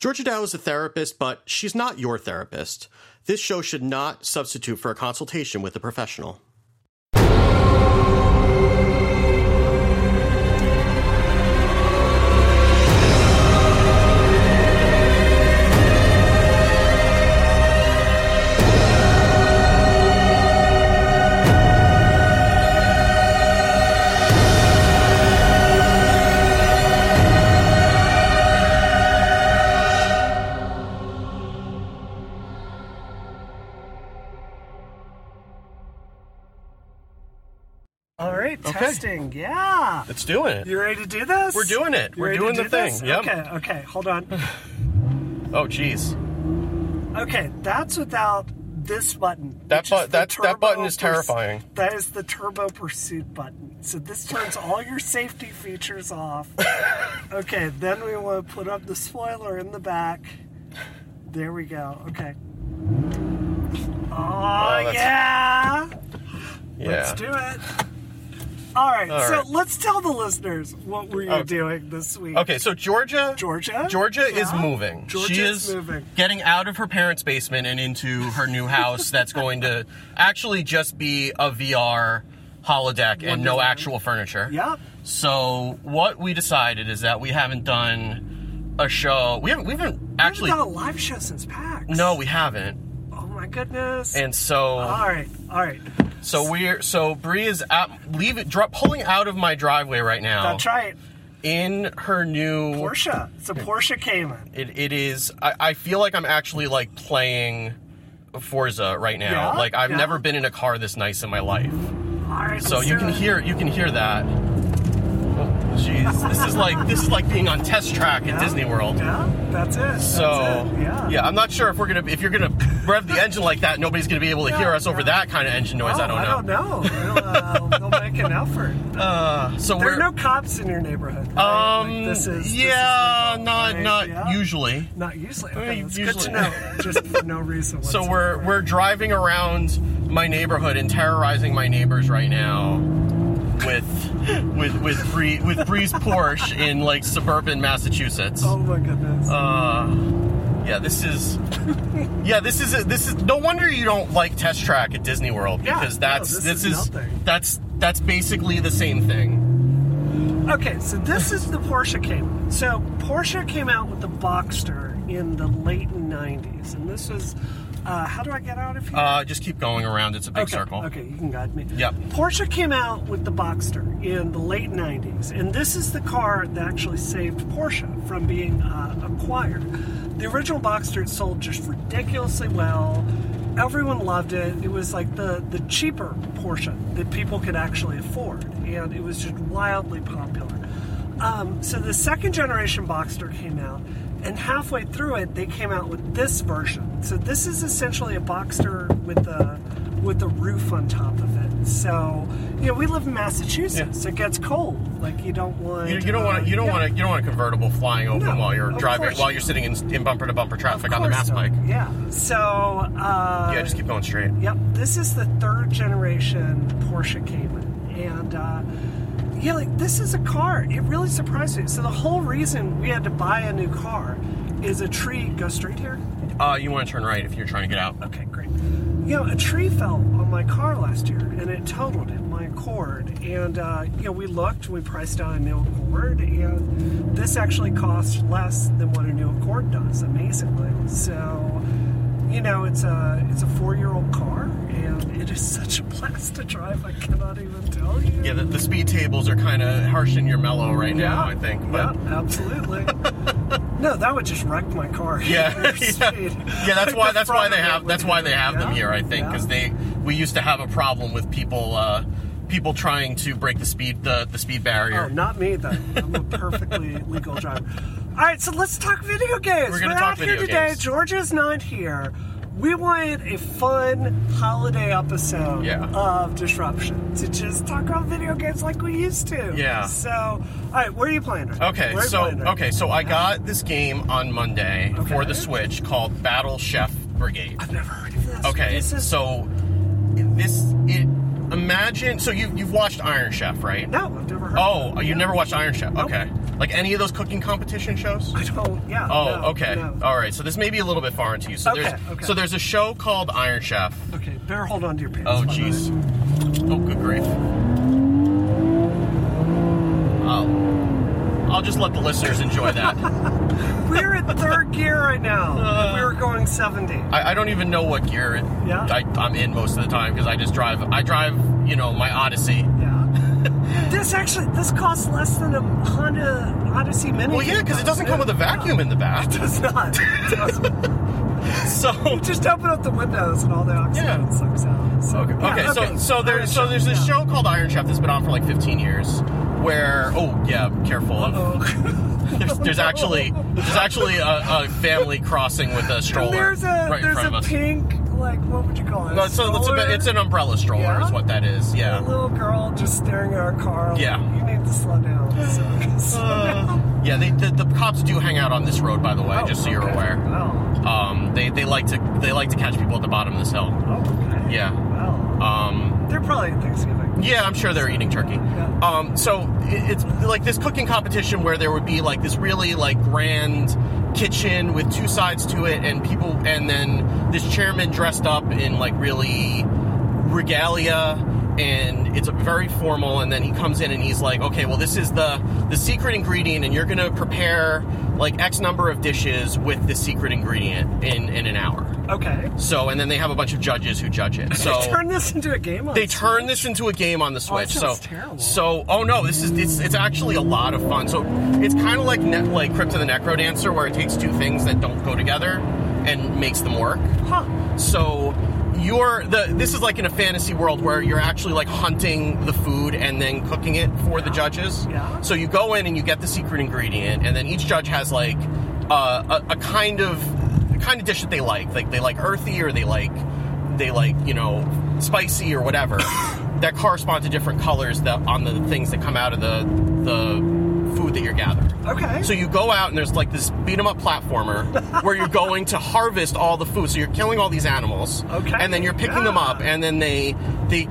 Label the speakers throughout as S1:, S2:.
S1: Georgia Dow is a therapist, but she's not your therapist. This show should not substitute for a consultation with a professional.
S2: All right, testing. Yeah.
S1: Let's do it.
S2: You ready to do this?
S1: We're doing it.
S2: You
S1: We're
S2: ready
S1: doing
S2: to
S1: the
S2: do this?
S1: thing. Yep.
S2: Okay, okay, hold on.
S1: Oh, jeez.
S2: Okay, that's without this button.
S1: That
S2: which is
S1: bu-
S2: the
S1: that- that button is
S2: turbo purs-
S1: terrifying.
S2: that is the turbo pursuit button. So this turns all your safety features off. okay, then we want to put up the spoiler in the back. There we go. Okay. Oh,
S1: that's-
S2: yeah.
S1: Yeah.
S2: Let's do it. All right,
S1: All
S2: so
S1: right.
S2: let's tell the listeners what were you
S1: Okay.
S2: doing this week.
S1: Okay, so Georgia.
S2: Georgia?
S1: Georgia
S2: Yeah.
S1: is moving.
S2: Georgia
S1: she
S2: is
S1: is,
S2: moving.
S1: getting out of her parents' basement and into her new house that's going to actually just be a VR holodeck and no actual furniture.
S2: Yep.
S1: So what we decided is that we haven't done a show. We haven't. We haven't actually.
S2: we haven't done a live show since PAX.
S1: no, we haven't.
S2: Oh my goodness.
S1: And uh, so.
S2: all right, all right.
S1: So we're. So Bree is at leave it. Dro- pulling out of my driveway right now.
S2: That's right.
S1: In her new.
S2: Porsche. It's a Porsche Cayman.
S1: It, it is. I, I feel like I'm actually like playing Forza right now.
S2: Yeah,
S1: like I've
S2: yeah.
S1: never been in a car this nice in my life.
S2: All right.
S1: So
S2: let's
S1: you
S2: do
S1: can
S2: it.
S1: hear you can hear that. Oh, Jeez, this is like this is like being on test track at Disney World.
S2: Yeah, that's it. that's
S1: So
S2: it, yeah.
S1: I'm not sure if we're gonna if you're gonna rev the engine like that, nobody's gonna be able to
S2: Yeah,
S1: hear us over
S2: yeah.
S1: that kind of engine noise.
S2: Oh,
S1: I don't know.
S2: We'll, uh, we'll make an effort.
S1: So
S2: There
S1: we're
S2: are no cops in your neighborhood. right?
S1: um
S2: Like, this is this is
S1: yeah,
S2: legal,
S1: not
S2: right?
S1: not
S2: Yeah?
S1: usually.
S2: Not usually. Okay,
S1: Uh,
S2: that's good to
S1: usually-
S2: know. Just for no reason.
S1: So
S2: whatsoever.
S1: we're we're driving around my neighborhood and terrorizing my neighbors right now with with with Bree with Bree's Porsche in like suburban Massachusetts.
S2: Oh my goodness.
S1: Yeah, this is Yeah, this is this is no wonder you don't like Test Track at Disney World
S2: Yeah,
S1: because
S2: no,
S1: that's
S2: this
S1: this,
S2: is
S1: is,
S2: nothing.
S1: that's that's basically the same thing.
S2: Okay, so this is the Porsche came. So Porsche came out with the Boxster in the late '90s, and this was. Uh, how do I get out of here?
S1: Uh just keep going around. It's a big
S2: okay,
S1: circle.
S2: Okay, you can guide me.
S1: Yep.
S2: Porsche came out with the Boxster in the late '90s, and this is the car that actually saved Porsche from being uh, acquired. The original Boxster sold just ridiculously well. Everyone loved it. It was like the the cheaper Porsche that people could actually afford, and it was just wildly popular. Um, so the second generation Boxster came out, and halfway through it, they came out with this version. So this is essentially a Boxster with a with a roof on top of it. So you know, we live in Massachusetts. It gets cold. Like you don't want
S1: You, you don't want you don't
S2: yeah,
S1: want to you don't want a convertible flying open
S2: No,
S1: while you're
S2: of
S1: driving
S2: course
S1: while
S2: you
S1: you're sitting in, in bumper to bumper
S2: of
S1: traffic on the
S2: course
S1: mass
S2: not.
S1: bike.
S2: Yeah. So uh,
S1: Yeah, just keep going straight.
S2: Yep, this is the third generation Porsche Cayman, and uh, yeah, like this is a car. It really surprised me. So the whole reason we had to buy a new car is a tree. Go straight here.
S1: Uh, you want to turn right if you're trying to get out.
S2: Okay, great. You know, a tree fell on my car last year, and it totaled it, my Accord. And uh, you know, we looked, we priced out a new Accord, and this actually costs less than what a new Accord does, amazingly. So, you know, it's a it's a four year old car, and it is such a blast to drive. I cannot even tell you.
S1: Yeah, the, the speed tables are kind of harsh in your mellow right now, I think. But
S2: yeah, absolutely. no, that would just wreck my car.
S1: yeah, yeah,
S2: Speed.
S1: Yeah, that's why
S2: The
S1: that's why
S2: front
S1: they
S2: of it
S1: have
S2: would-
S1: that's why they have them
S2: yeah,
S1: here, I think, because
S2: yeah.
S1: they we used to have a problem with people uh, people trying to break the speed the, the speed barrier.
S2: Oh, not me though. I'm a perfectly legal driver. All right, so let's talk video games.
S1: We're gonna
S2: out
S1: talk
S2: here
S1: video
S2: today.
S1: games.
S2: Georgia's not here. We wanted a fun holiday episode
S1: Yeah.
S2: of Disruption to just talk about video games like we used to.
S1: Yeah.
S2: So, all right, where are you playing? Oh, Right now?
S1: Okay,
S2: Where are you
S1: so
S2: playing right
S1: okay, so I got this game on Monday for
S2: Okay.
S1: the Switch called Battle Chef Brigade.
S2: now? I've never heard of this.
S1: Okay,
S2: This is-
S1: so this it imagine so you you've watched Iron Chef, right?
S2: no, I've never heard.
S1: Oh,
S2: of it.
S1: you never watched Iron Chef? Okay. Like any of those cooking competition shows?
S2: I don't. Yeah.
S1: Oh,
S2: no,
S1: okay.
S2: no.
S1: All right. So this may be a little bit foreign to you. So
S2: Okay,
S1: there's
S2: okay.
S1: so there's a show called Iron Chef.
S2: Okay. Better hold on to your pants.
S1: Oh
S2: by the way.
S1: jeez. Oh good grief. Oh. I'll just let the listeners enjoy that.
S2: We're at third gear right now. We're going 70.
S1: I, I don't even know what gear it,
S2: Yeah.
S1: I, I'm in most of the time because I just drive. I drive, you know, my Odyssey.
S2: Yeah. this actually this costs less than a Honda Odyssey Mini.
S1: Well, yeah, because it doesn't come with a vacuum in the back.
S2: It does not. It doesn't.
S1: So
S2: Just open up the windows and all the oxygen
S1: Yeah.
S2: sucks out. So,
S1: Okay.
S2: yeah,
S1: okay, So so there's so there's this show called Iron Chef that's been on for like 15 years. Where oh yeah, careful.
S2: Oh.
S1: There's, there's
S2: No.
S1: actually there's actually a, a family crossing with a stroller
S2: And there's a
S1: right in
S2: there's
S1: front
S2: a
S1: of us.
S2: pink like what would you call it?
S1: No, so it's, a,
S2: stroller?
S1: bit- it's an umbrella stroller
S2: Yeah?
S1: is what that is.
S2: A
S1: Yeah.
S2: little girl just staring at our car. like,
S1: Yeah.
S2: You need to slow down. So, slow
S1: Uh,
S2: down.
S1: yeah. They, the, the cops do hang out on this road, by the way,
S2: Oh,
S1: just so you're
S2: okay.
S1: aware.
S2: Wow.
S1: Um, they they like to they like to catch people at the bottom of this hill.
S2: Oh, okay.
S1: Yeah.
S2: Wow.
S1: Um,
S2: They're probably at Thanksgiving.
S1: Yeah, I'm sure they're eating turkey.
S2: Yeah.
S1: Um, so it, it's like this cooking competition where there would be like this really like grand kitchen with two sides to it, and people, and then this chairman dressed up in like really regalia, and it's very formal. And then he comes in and he's like, "Okay, well, this is the the secret ingredient, and you're gonna prepare like X number of dishes with this secret ingredient in in an hour."
S2: Okay.
S1: So, and then they have a bunch of judges who judge it. So
S2: Turn this into a game. on
S1: they turn this Oh, into a game on the Switch. so
S2: sounds terrible.
S1: so oh no, this is it's it's actually a lot of fun. So it's kind of like net like Crypt of the Necro Dancer where it takes two things that don't go together and makes them work.
S2: Huh.
S1: So you're the this is like in a fantasy world where you're actually like hunting the food and then cooking it for the judges.
S2: Yeah.
S1: So you go in and you get the secret ingredient, and then each judge has like uh, a, a kind of a kind of dish that they like. Like they like earthy, or they like they like you know spicy or whatever. that correspond to different colors that on the things that come out of the the food that you're gathering.
S2: Okay.
S1: So you go out and there's like this beat 'em up platformer where you're going to harvest all the food. So you're killing all these animals.
S2: Okay.
S1: And then you're picking them
S2: Yeah.
S1: up and then they they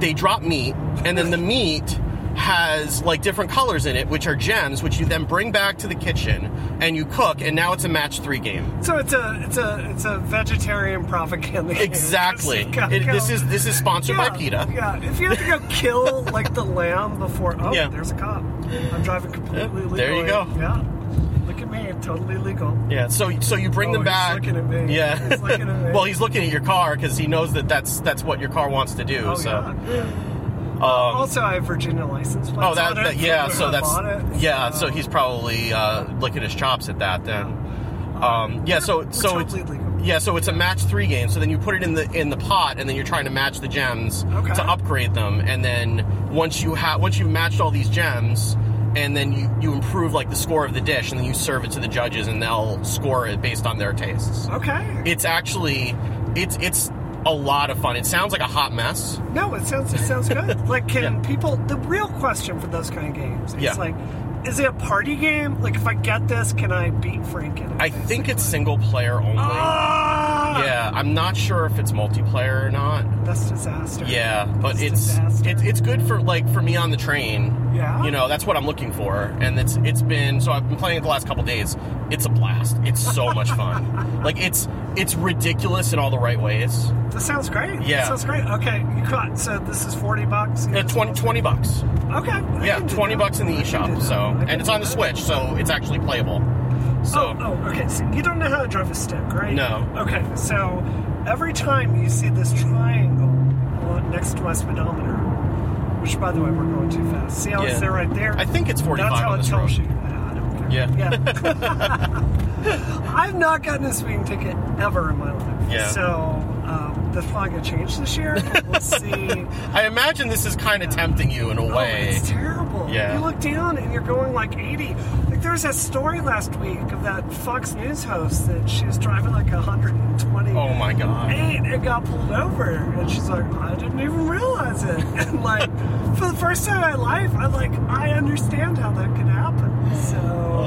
S1: they drop meat and then the meat has like different colors in it, which are gems, which you then bring back to the kitchen and you cook, and now it's a match three game.
S2: So it's a it's a it's a vegetarian propaganda. game.
S1: Exactly.
S2: Just gotta
S1: It-
S2: go-
S1: this is this is sponsored
S2: yeah,
S1: by PETA.
S2: Yeah. If you have to go kill like the lamb before oh
S1: Yeah.
S2: there's a cop. I'm driving completely
S1: Yeah,
S2: legal.
S1: there you go.
S2: Yeah. Look at me, totally legal.
S1: Yeah, so so you bring
S2: Oh,
S1: them
S2: he's
S1: back.
S2: looking at me.
S1: Yeah.
S2: He's looking at me.
S1: well, he's looking at your car because he knows that that's that's what your car wants to do.
S2: Oh
S1: so. um,
S2: yeah. also, I have Virginia license plates.
S1: Oh, that,
S2: on it
S1: that
S2: from
S1: yeah.
S2: when
S1: So
S2: I
S1: that's
S2: bought it, Oh.
S1: yeah. So he's probably uh, licking his chops at that then. Um, yeah. So
S2: Oh. We're
S1: so it's,
S2: totally legal.
S1: yeah. So it's a match three game. So then you put it in the in the pot, and then you're trying to match the gems
S2: Okay.
S1: to upgrade them. And then once you have once you've matched all these gems, and then you you improve like the score of the dish, and then you serve it to the judges, and they'll score it based on their tastes.
S2: Okay.
S1: It's actually it's it's a lot of fun. It sounds like a hot mess.
S2: No, it sounds it sounds good. like, can people? The real question for those kind of games is
S1: Yeah.
S2: like, is it a party game? Like, if I get this, can I beat Frank in it?
S1: I think it's single player only.
S2: Oh, Ah,
S1: Yeah, I'm not sure if it's multiplayer or not.
S2: that's disaster.
S1: Yeah, but
S2: That's
S1: it's
S2: disaster.
S1: it's it's good for like for me on the train.
S2: Yeah?
S1: you know that's what I'm looking for, and it's it's been so I've been playing it the last couple days. It's a blast. It's so much fun. Like it's it's ridiculous in all the right ways.
S2: that sounds great.
S1: Yeah.
S2: that sounds great. Okay, you caught. So this is forty bucks.
S1: Uh, 20, 20 bucks.
S2: Okay. I
S1: Yeah,
S2: can do
S1: twenty
S2: that.
S1: bucks in the
S2: I can do
S1: eShop.
S2: that.
S1: So
S2: I can
S1: and it's
S2: do
S1: on the
S2: that.
S1: Switch, so it's actually playable. So
S2: Oh, oh, okay. So you don't know how to drive a stick, right?
S1: No.
S2: Okay, so every time you see this triangle on- next to my speedometer, which by the way, we're going too fast. See how
S1: Yeah.
S2: it's there right there?
S1: I think it's forty
S2: That's
S1: five
S2: how
S1: on
S2: it
S1: this
S2: tells
S1: road.
S2: you. Ah, I don't care.
S1: Yeah.
S2: Yeah. I've not gotten a speeding ticket ever in my life.
S1: Yeah.
S2: So um, that's probably going to change this year. We'll see.
S1: I imagine this is kind of tempting you in a
S2: Oh,
S1: way.
S2: it's terrible.
S1: Yeah.
S2: You look down and you're going like 80. Like there was that story last week of that Fox News host that she was driving like 120.
S1: Oh my god.
S2: and got pulled over, and she's like, "I didn't even realize it." And like, for the first time in my life, I'm like, I understand how that could happen. So,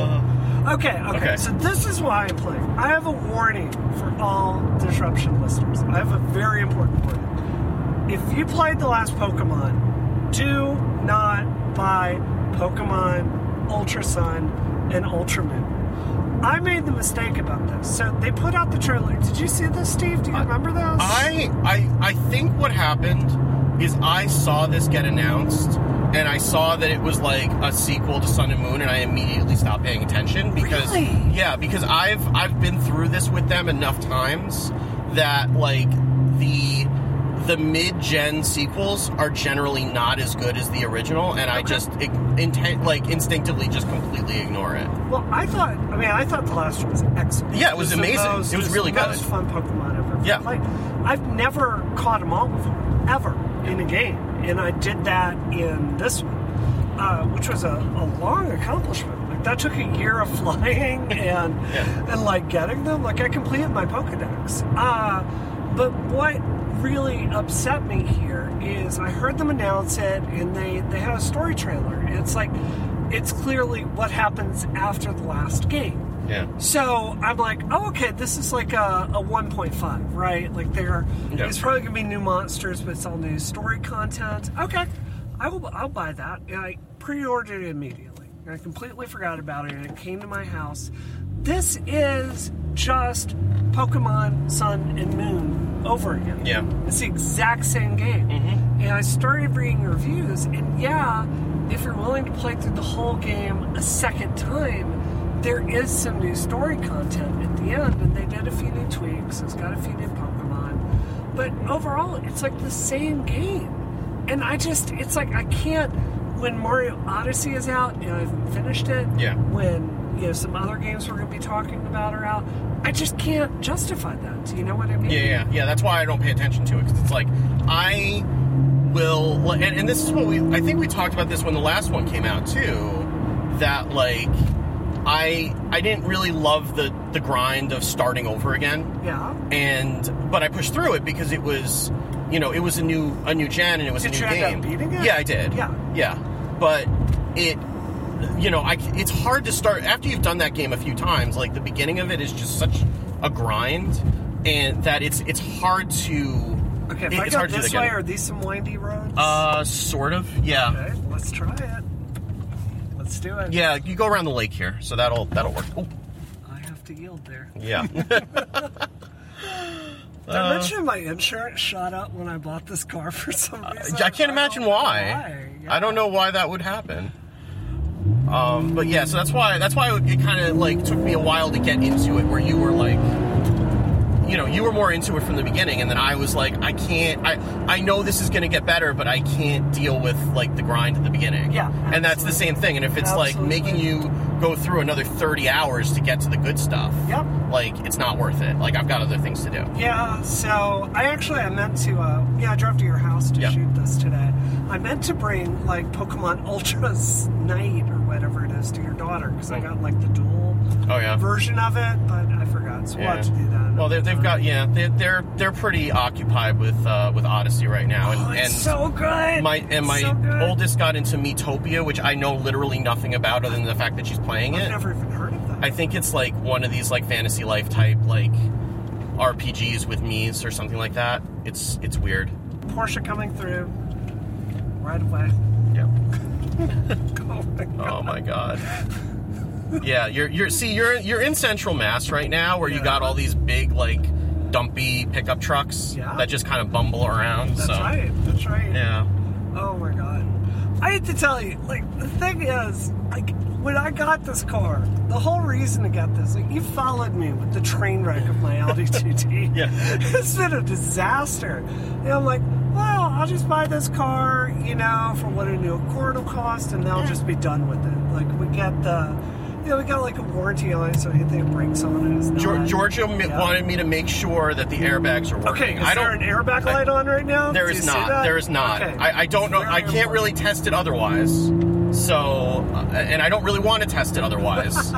S2: okay, okay,
S1: Uh, Okay.
S2: So this is why I'm playing. I have a warning for all disruption listeners. I have a very important warning if you played the last Pokemon, do not buy Pokemon Ultra Sun, and Ultra Moon. I made the mistake about this. So they put out the trailer. Did you see this, Steve? Do you remember those?
S1: I, I I think what happened is I saw this get announced and I saw that it was like a sequel to Sun and Moon and I immediately stopped paying attention because
S2: Really?
S1: yeah, because I've I've been through this with them enough times that like the the mid-gen sequels are generally not as good as the original and I just ig- intent like instinctively just completely ignore it.
S2: Well, I thought. I mean, I thought the last one was excellent.
S1: Yeah, it was
S2: the
S1: amazing.
S2: most-
S1: It was really
S2: the
S1: good.
S2: Most fun Pokemon I've ever
S1: Yeah.
S2: played. I've never caught them all before, ever in a game, and I did that in this one, uh, which was a, a long accomplishment. Like that took a year of flying and
S1: Yeah.
S2: and like getting them. Like I completed my Pokedex. Uh, but what really upset me here is I heard them announce it, and they they had a story trailer, and it's like. It's clearly what happens after the last game.
S1: Yeah.
S2: So I'm like, oh, okay, this is like a, a 1.5, right? Like there,
S1: Yeah.
S2: it's probably gonna be new monsters, but it's all new story content. Okay, I will, I'll buy that. And I pre-ordered it immediately. And I completely forgot about it, and it came to my house. This is just Pokemon Sun and Moon over again.
S1: Yeah.
S2: It's the exact same game.
S1: Mm-hmm.
S2: And I started reading reviews, and yeah, if you're willing to play through the whole game a second time, there is some new story content at the end, and they did a few new tweaks. It's got a few new Pokemon. But overall, it's like the same game. And I just, it's like I can't. When Mario Odyssey is out and I've finished it,
S1: Yeah.
S2: when you know some other games we're going to be talking about are out, I just can't justify that. Do you know what I mean?
S1: Yeah, yeah, yeah. That's why I don't pay attention to it because it's like I will, and, and this is what we. I think we talked about this when the last one came out too. That like I I didn't really love the the grind of starting over again,
S2: Yeah.
S1: and but I pushed through it because it was you know it was a new a new gen and it was
S2: Did
S1: a new
S2: you end up
S1: game.
S2: beating it?
S1: Yeah, I did.
S2: Yeah.
S1: yeah, but it. You know, I, c- it's hard to start after you've done that game a few times. Like the beginning of it is just such a grind, and that it's it's hard to.
S2: Okay, if
S1: it-
S2: I
S1: it's
S2: go
S1: hard to do
S2: this
S1: that
S2: way,
S1: again.
S2: are these some windy roads?
S1: Uh, sort of. Yeah.
S2: okay, let's try it. Let's do it.
S1: Yeah, you go around the lake here, so that'll that'll work. Oh,
S2: I have to yield there.
S1: yeah. Uh,
S2: Did I mention my insurance shot up when I bought this car for some reason?
S1: Uh, I can't
S2: don't
S1: imagine
S2: know
S1: why.
S2: Yeah.
S1: I don't know why that would happen. Um, but yeah, so that's why that's why it kind of like took me a while to get into it. Where you were like, you know, you were more into it from the beginning, and then I was like, I can't. I I know this is going to get better, but I can't deal with like the grind at the beginning.
S2: Yeah,
S1: and that's the same thing. And if it's
S2: Absolutely.
S1: like making you go through another thirty hours to get to the good stuff,
S2: Yep.
S1: like it's not worth it. Like I've got other things to do.
S2: Yeah, so I actually I meant to uh yeah, I drove to your house to
S1: Yeah.
S2: shoot this today. I meant to bring like Pokemon Ultra Night or whatever it is to your daughter because I got like the dual
S1: Oh yeah.
S2: version of it, but I forgot. So we'll have to do that.
S1: Well, they, they've got yeah, they, they're they're pretty occupied with uh, with Odyssey right now, and,
S2: Oh, it's
S1: and
S2: so good.
S1: my and
S2: It's
S1: my
S2: so good.
S1: oldest got into Metopia, which I know literally nothing about other than the fact that she's playing
S2: I've
S1: it.
S2: never even heard of that.
S1: I think it's like one of these like fantasy life type like RPGs with Mies or something like that. It's it's weird.
S2: Porsche coming through right away.
S1: Yeah.
S2: Oh my God.
S1: Oh my god. Yeah, you're you're see you're you're in Central Mass right now where you
S2: Yeah.
S1: got all these big like dumpy pickup trucks
S2: Yeah.
S1: that just kind of bumble around.
S2: That's
S1: so
S2: right. That's right.
S1: yeah.
S2: Oh my god. I have to tell you, like the thing is, like when I got this car, the whole reason to get this, like you followed me with the train wreck of my Audi TT.
S1: Yeah.
S2: It's been a disaster. And I'm like, well, I'll just buy this car, you know, for what a new Accord will cost, and then I'll just be done with it. Like we get the, you know, we got like a warranty on it, so anything that breaks on it is not.
S1: Geor- Giorgio mi-
S2: Yeah.
S1: wanted me to make sure that the airbags are
S2: Okay,
S1: working.
S2: is
S1: I
S2: there
S1: don't.
S2: an airbag light on right now?
S1: there
S2: Do
S1: is
S2: you see
S1: not.
S2: that?
S1: There is not.
S2: Okay.
S1: I, I don't know.
S2: Very
S1: I can't
S2: important.
S1: really test it otherwise. So, uh, and I don't really want to test it otherwise.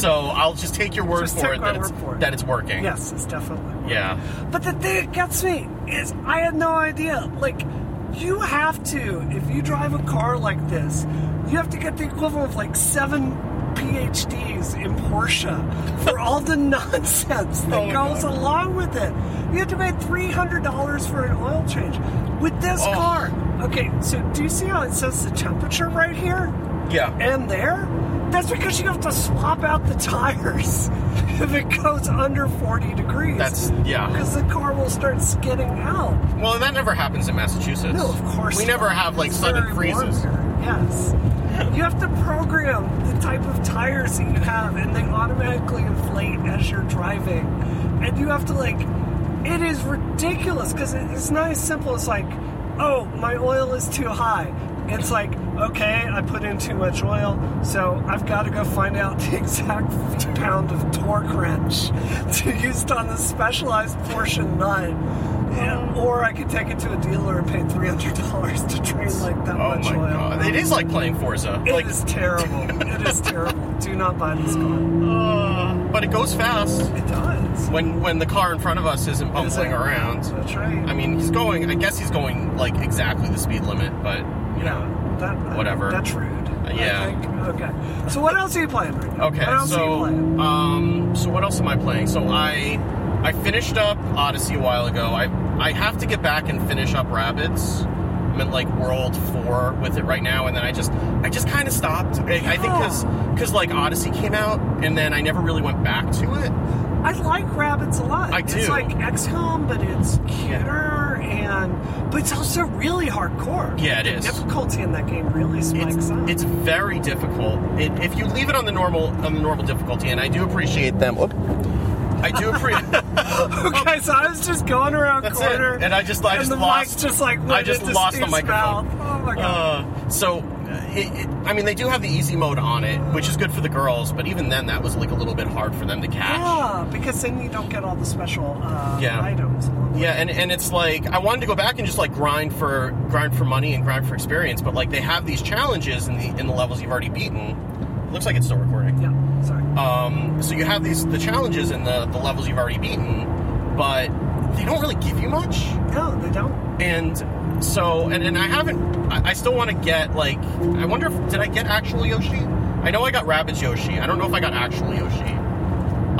S1: so I'll just take your word
S2: Just
S1: for
S2: take
S1: it
S2: my
S1: that it's
S2: word for it.
S1: that it's working.
S2: Yes, it's definitely. working.
S1: Yeah.
S2: But the thing that gets me is I had no idea. Like, you have to, if you drive a car like this, you have to get the equivalent of like seven PhDs in Porsche for all the nonsense that
S1: Oh my
S2: goes along with it. You have to pay $300 for an oil change with this
S1: Oh.
S2: car. Okay, so do you see how it says the temperature right here
S1: Yeah.
S2: and there? that's because you have to swap out the tires if it goes under 40 degrees.
S1: That's- yeah.
S2: Because the car will start skidding out.
S1: Well, that never happens in Massachusetts.
S2: No, of course.
S1: We
S2: not.
S1: never have like
S2: It's
S1: sudden
S2: very warm
S1: freezes.
S2: here. Yes. You have to program the type of tires that you have, and they automatically inflate as you're driving. And you have to like, it is ridiculous because it's not as simple as like, oh, my oil is too high. It's like, okay, I put in too much oil, so I've got to go find out the exact pound of torque wrench to use on the specialized portion nut. Yeah,
S1: Oh.
S2: or I could take it to a dealer and pay three hundred dollars to drain like that
S1: Oh
S2: much
S1: my
S2: oil.
S1: god, it is like playing Forza.
S2: It
S1: like,
S2: is terrible. it is terrible. Do not buy this car.
S1: uh, but it goes fast
S2: It does.
S1: when when the car in front of us isn't
S2: It is
S1: bumbling
S2: a-
S1: around.
S2: That's right.
S1: I mean, he's going. I guess he's going like exactly the speed limit, but you know.
S2: yeah, that uh,
S1: whatever.
S2: That's rude. I
S1: yeah.
S2: think. Okay. So what else are you playing right now?
S1: Okay,
S2: What else are you
S1: so
S2: playing?
S1: um, so what else am I playing? So I I finished up Odyssey a while ago. I I have to get back and finish up Rabbits. I'm at like World Four with it right now, and then I just I just kind of stopped. I, I think
S2: Oh.
S1: because because like Odyssey came out, and then I never really went back to it.
S2: I like rabbits a lot.
S1: I
S2: It's
S1: do.
S2: like XCOM, but it's cuter and but it's also really hardcore.
S1: Yeah, it is.
S2: The difficulty in that game really spikes
S1: It's,
S2: up.
S1: it's very difficult. It, if you leave it on the normal on the normal difficulty, and I do appreciate them. Oop. I do appreciate.
S2: Okay, so I was just going around
S1: That's it.
S2: corner,
S1: And I just- I
S2: and
S1: just
S2: the
S1: lost-
S2: mic just like went
S1: I just
S2: into
S1: lost the
S2: Steve's
S1: microphone.
S2: Mouth. Oh my god!
S1: Uh, so, uh, it, it, I mean, they do have the easy mode on it, which is good for the girls. But even then, that was like a little bit hard for them to catch.
S2: yeah, Ah, because then you don't get all the special uh,
S1: Yeah.
S2: items. along the way.
S1: Yeah, and, and it's like I wanted to go back and just like grind for grind for money and grind for experience, but like they have these challenges in the in the levels you've already beaten. Looks like it's still recording.
S2: yeah. Sorry.
S1: Um, so you have these the challenges in the the levels you've already beaten, but they don't really give you much.
S2: No, they don't.
S1: And so, and, and I haven't. I, I still want to get like. I wonder if did I get actual Yoshi? I know I got Rabbids Yoshi. I don't know if I got actual Yoshi.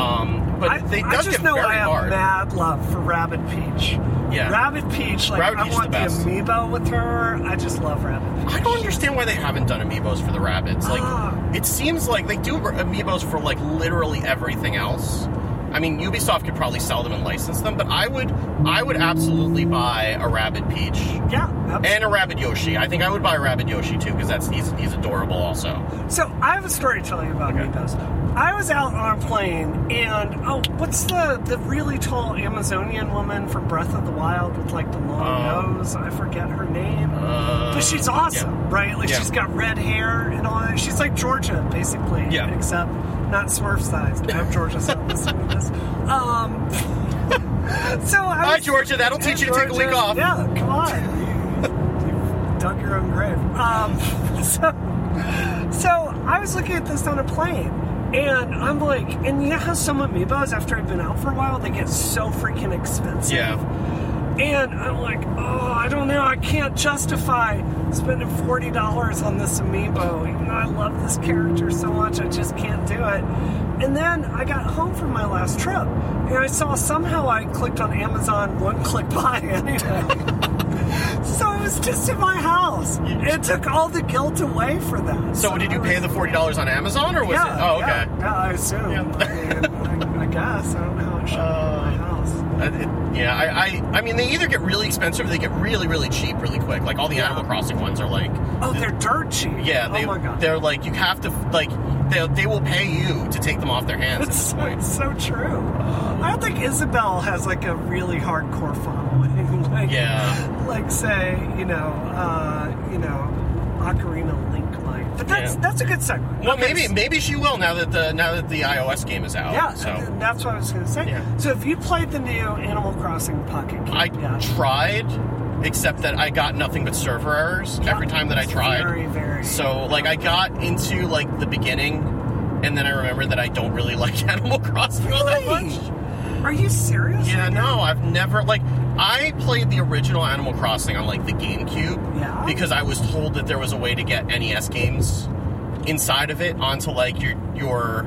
S1: Um, but
S2: I,
S1: they
S2: I
S1: does
S2: just
S1: get
S2: know
S1: very
S2: I have
S1: hard.
S2: mad love for Rabbit Peach.
S1: Yeah.
S2: Rabbit Peach. Like
S1: Rabbit
S2: I
S1: Peach is
S2: want
S1: the best.
S2: amiibo with her. I just love Rabbit. Peach.
S1: I don't understand why they haven't done amiibos for the rabbits. Like,
S2: Ah.
S1: it seems like they do amiibos for like literally everything else. I mean, Ubisoft could probably sell them and license them, but I would, I would absolutely buy a Rabbit Peach
S2: Yeah. absolutely.
S1: and a Rabbit Yoshi. I think I would buy a Rabbit Yoshi too because that's he's, he's adorable also.
S2: So I have a story to tell you about okay. I was out on a plane, and oh, what's the the really tall Amazonian woman from Breath of the Wild with like the long
S1: Um,
S2: nose? I forget her name,
S1: Uh,
S2: but she's awesome,
S1: yeah.
S2: right? Like
S1: Yeah.
S2: she's got red hair and all that. She's like Georgia, basically,
S1: Yeah.
S2: except not Smurf sized. I have Georgia not listening to this. Um, so I
S1: Hi,
S2: was-
S1: Georgia. That'll teach you to take a
S2: Georgia.
S1: week off.
S2: Yeah, come on. You- You've dug your own grave. Um, so, so I was looking at this on a plane, and I'm like, and you know how some amiibos, after I've been out for a while, they get so freaking expensive.
S1: Yeah.
S2: And I'm like, oh, I don't know. I can't justify spending forty dollars on this amiibo, even though I love this character so much. I just can't do it. And then I got home from my last trip, and I saw somehow I clicked on Amazon one click buy anyway. so it was just in my house. It took all the guilt away for that.
S1: So did you
S2: I
S1: pay the
S2: was-
S1: forty dollars on Amazon or was
S2: Yeah.
S1: it? Oh, okay.
S2: Yeah, yeah, I assume. I, mean, I, I guess I don't know how it showed up in my house.
S1: Uh, it- yeah. I, I I mean they either get really expensive or they get really really cheap really quick. Like all the Animal Crossing ones are like.
S2: Oh, they're dirt cheap.
S1: Yeah. They
S2: oh my god.
S1: they're like you have to like they they will pay you to take them off their hands. at
S2: It's
S1: this
S2: so,
S1: point.
S2: it's so true. I don't think Isabel has like a really hardcore following. like,
S1: Yeah.
S2: Like say, you know, uh, you know, Ocarina of Link might. But that's
S1: Yeah.
S2: that's a good segment.
S1: Well,
S2: Okay,
S1: maybe
S2: so-
S1: maybe she will now that the now that the iOS game is out.
S2: Yeah,
S1: So
S2: and that's what I was going to say.
S1: Yeah.
S2: So if you played the new Animal Crossing Pocket Camp,
S1: I
S2: yeah,
S1: tried, except that I got nothing but server errors every time that I
S2: it's
S1: tried.
S2: very, very-
S1: So like I got into like the beginning, and then I remembered that I don't really like Animal Crossing all that
S2: Really?
S1: much.
S2: Are you serious?
S1: Yeah, no, I've never like I played the original Animal Crossing on like the GameCube
S2: Yeah?
S1: because I was told that there was a way to get NES games inside of it onto like your your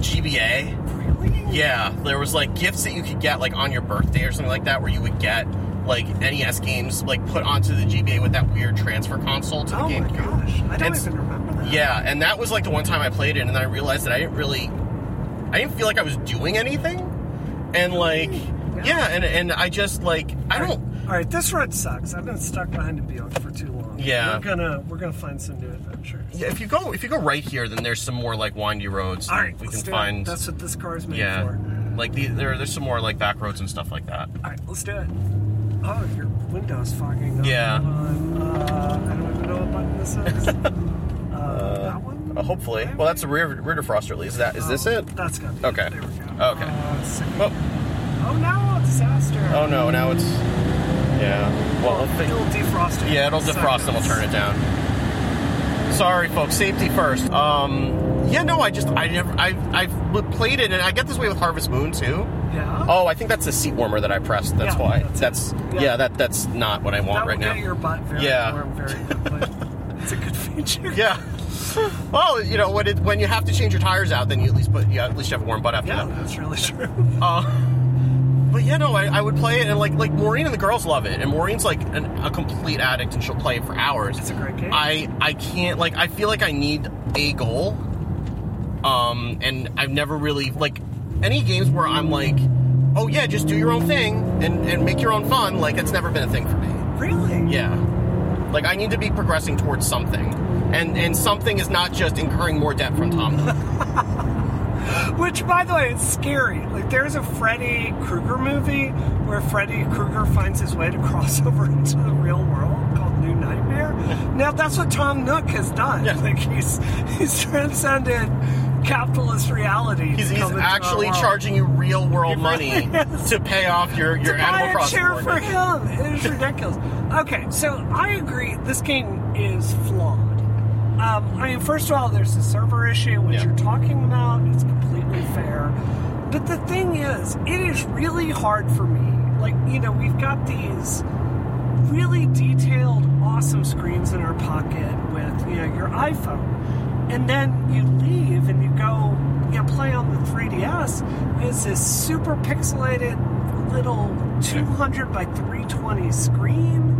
S1: GBA.
S2: Really?
S1: Yeah, there was like gifts that you could get like on your birthday or something like that, where you would get like E NES games like put onto the GBA with that weird transfer console to the
S2: Oh my
S1: GameCube.
S2: gosh, I don't
S1: It's-
S2: even remember that.
S1: Yeah, and that was like the one time I played it, and then I realized that I didn't really, I didn't feel like I was doing anything, and like, yeah, and and I just like I don't.
S2: All right, this road sucks. I've been stuck behind a Bjork for too long.
S1: Yeah.
S2: we're gonna we're gonna find some new adventures.
S1: Yeah, if you go if you go right here, then there's some more like windy roads.
S2: All right,
S1: we
S2: let's
S1: can
S2: do
S1: find.
S2: It. That's what this car is made
S1: yeah,
S2: for.
S1: like the, there there's some more like back roads and stuff like that.
S2: All right, let's do it. Oh, your window's fogging up.
S1: Yeah.
S2: Hold on. Uh, I don't even know what button this is. uh, that one?
S1: Uh, hopefully, well, that's a rear rear defroster. At least that is this
S2: Oh,
S1: it?
S2: That's got to be
S1: Okay.
S2: It. There we go.
S1: Okay.
S2: Uh, second-
S1: Well,
S2: Oh no, disaster.
S1: oh no, now it's yeah. Well, we'll think-
S2: it'll defrost it.
S1: Yeah, it'll
S2: Seconds.
S1: defrost and we'll turn it down. Sorry, folks. Safety first. Um, yeah, no, I just I never I I've played it and I get this way with Harvest Moon too.
S2: Yeah.
S1: Oh, I think that's the seat warmer that I pressed. That's
S2: Yeah,
S1: why.
S2: that's it.
S1: That's,
S2: Yeah.
S1: yeah. That that's not what I want
S2: that
S1: right
S2: will
S1: now.
S2: get your butt very
S1: Yeah.
S2: warm very quickly. it's a good feature.
S1: Yeah. Well, you know when it when you have to change your tires out, then you at least put yeah at least you have a warm butt after
S2: Yeah,
S1: that.
S2: that's really true.
S1: Uh, but yeah, no, I, I would play it, and like like Maureen and the girls love it, and Maureen's like an, a complete addict, and she'll play it for hours.
S2: It's a great game.
S1: I I can't like I feel like I need a goal, um, and I've never really like any games where I'm like, oh yeah, just do your own thing and and make your own fun. Like it's never been a thing for me.
S2: really?
S1: Yeah, like I need to be progressing towards something, and and something is not just incurring more debt from Tom.
S2: Which, by the way, it's scary. Like, there's a Freddy Krueger movie where Freddy Krueger finds his way to cross over into the real world called New Nightmare. Now, that's what Tom Nook has done.
S1: Yeah.
S2: Like, he's he's transcended capitalist reality. to
S1: He's, he's
S2: come into our
S1: actually
S2: world.
S1: charging you real world money
S2: really is.
S1: to pay off your your
S2: to
S1: Animal
S2: buy a
S1: Crossing.
S2: chair for
S1: mortgage.
S2: him. It is ridiculous. Okay, so I agree. This game is flawed. Um, I mean, first of all, there's the server issue, which
S1: Yeah.
S2: you're talking about. It's completely fair. But the thing is, it is really hard for me. Like, you know, we've got these really detailed, awesome screens in our pocket with, you know, your iPhone. And then you leave and you go, you know, play on the 3DS. and It's this super pixelated little 200 by 320 screen.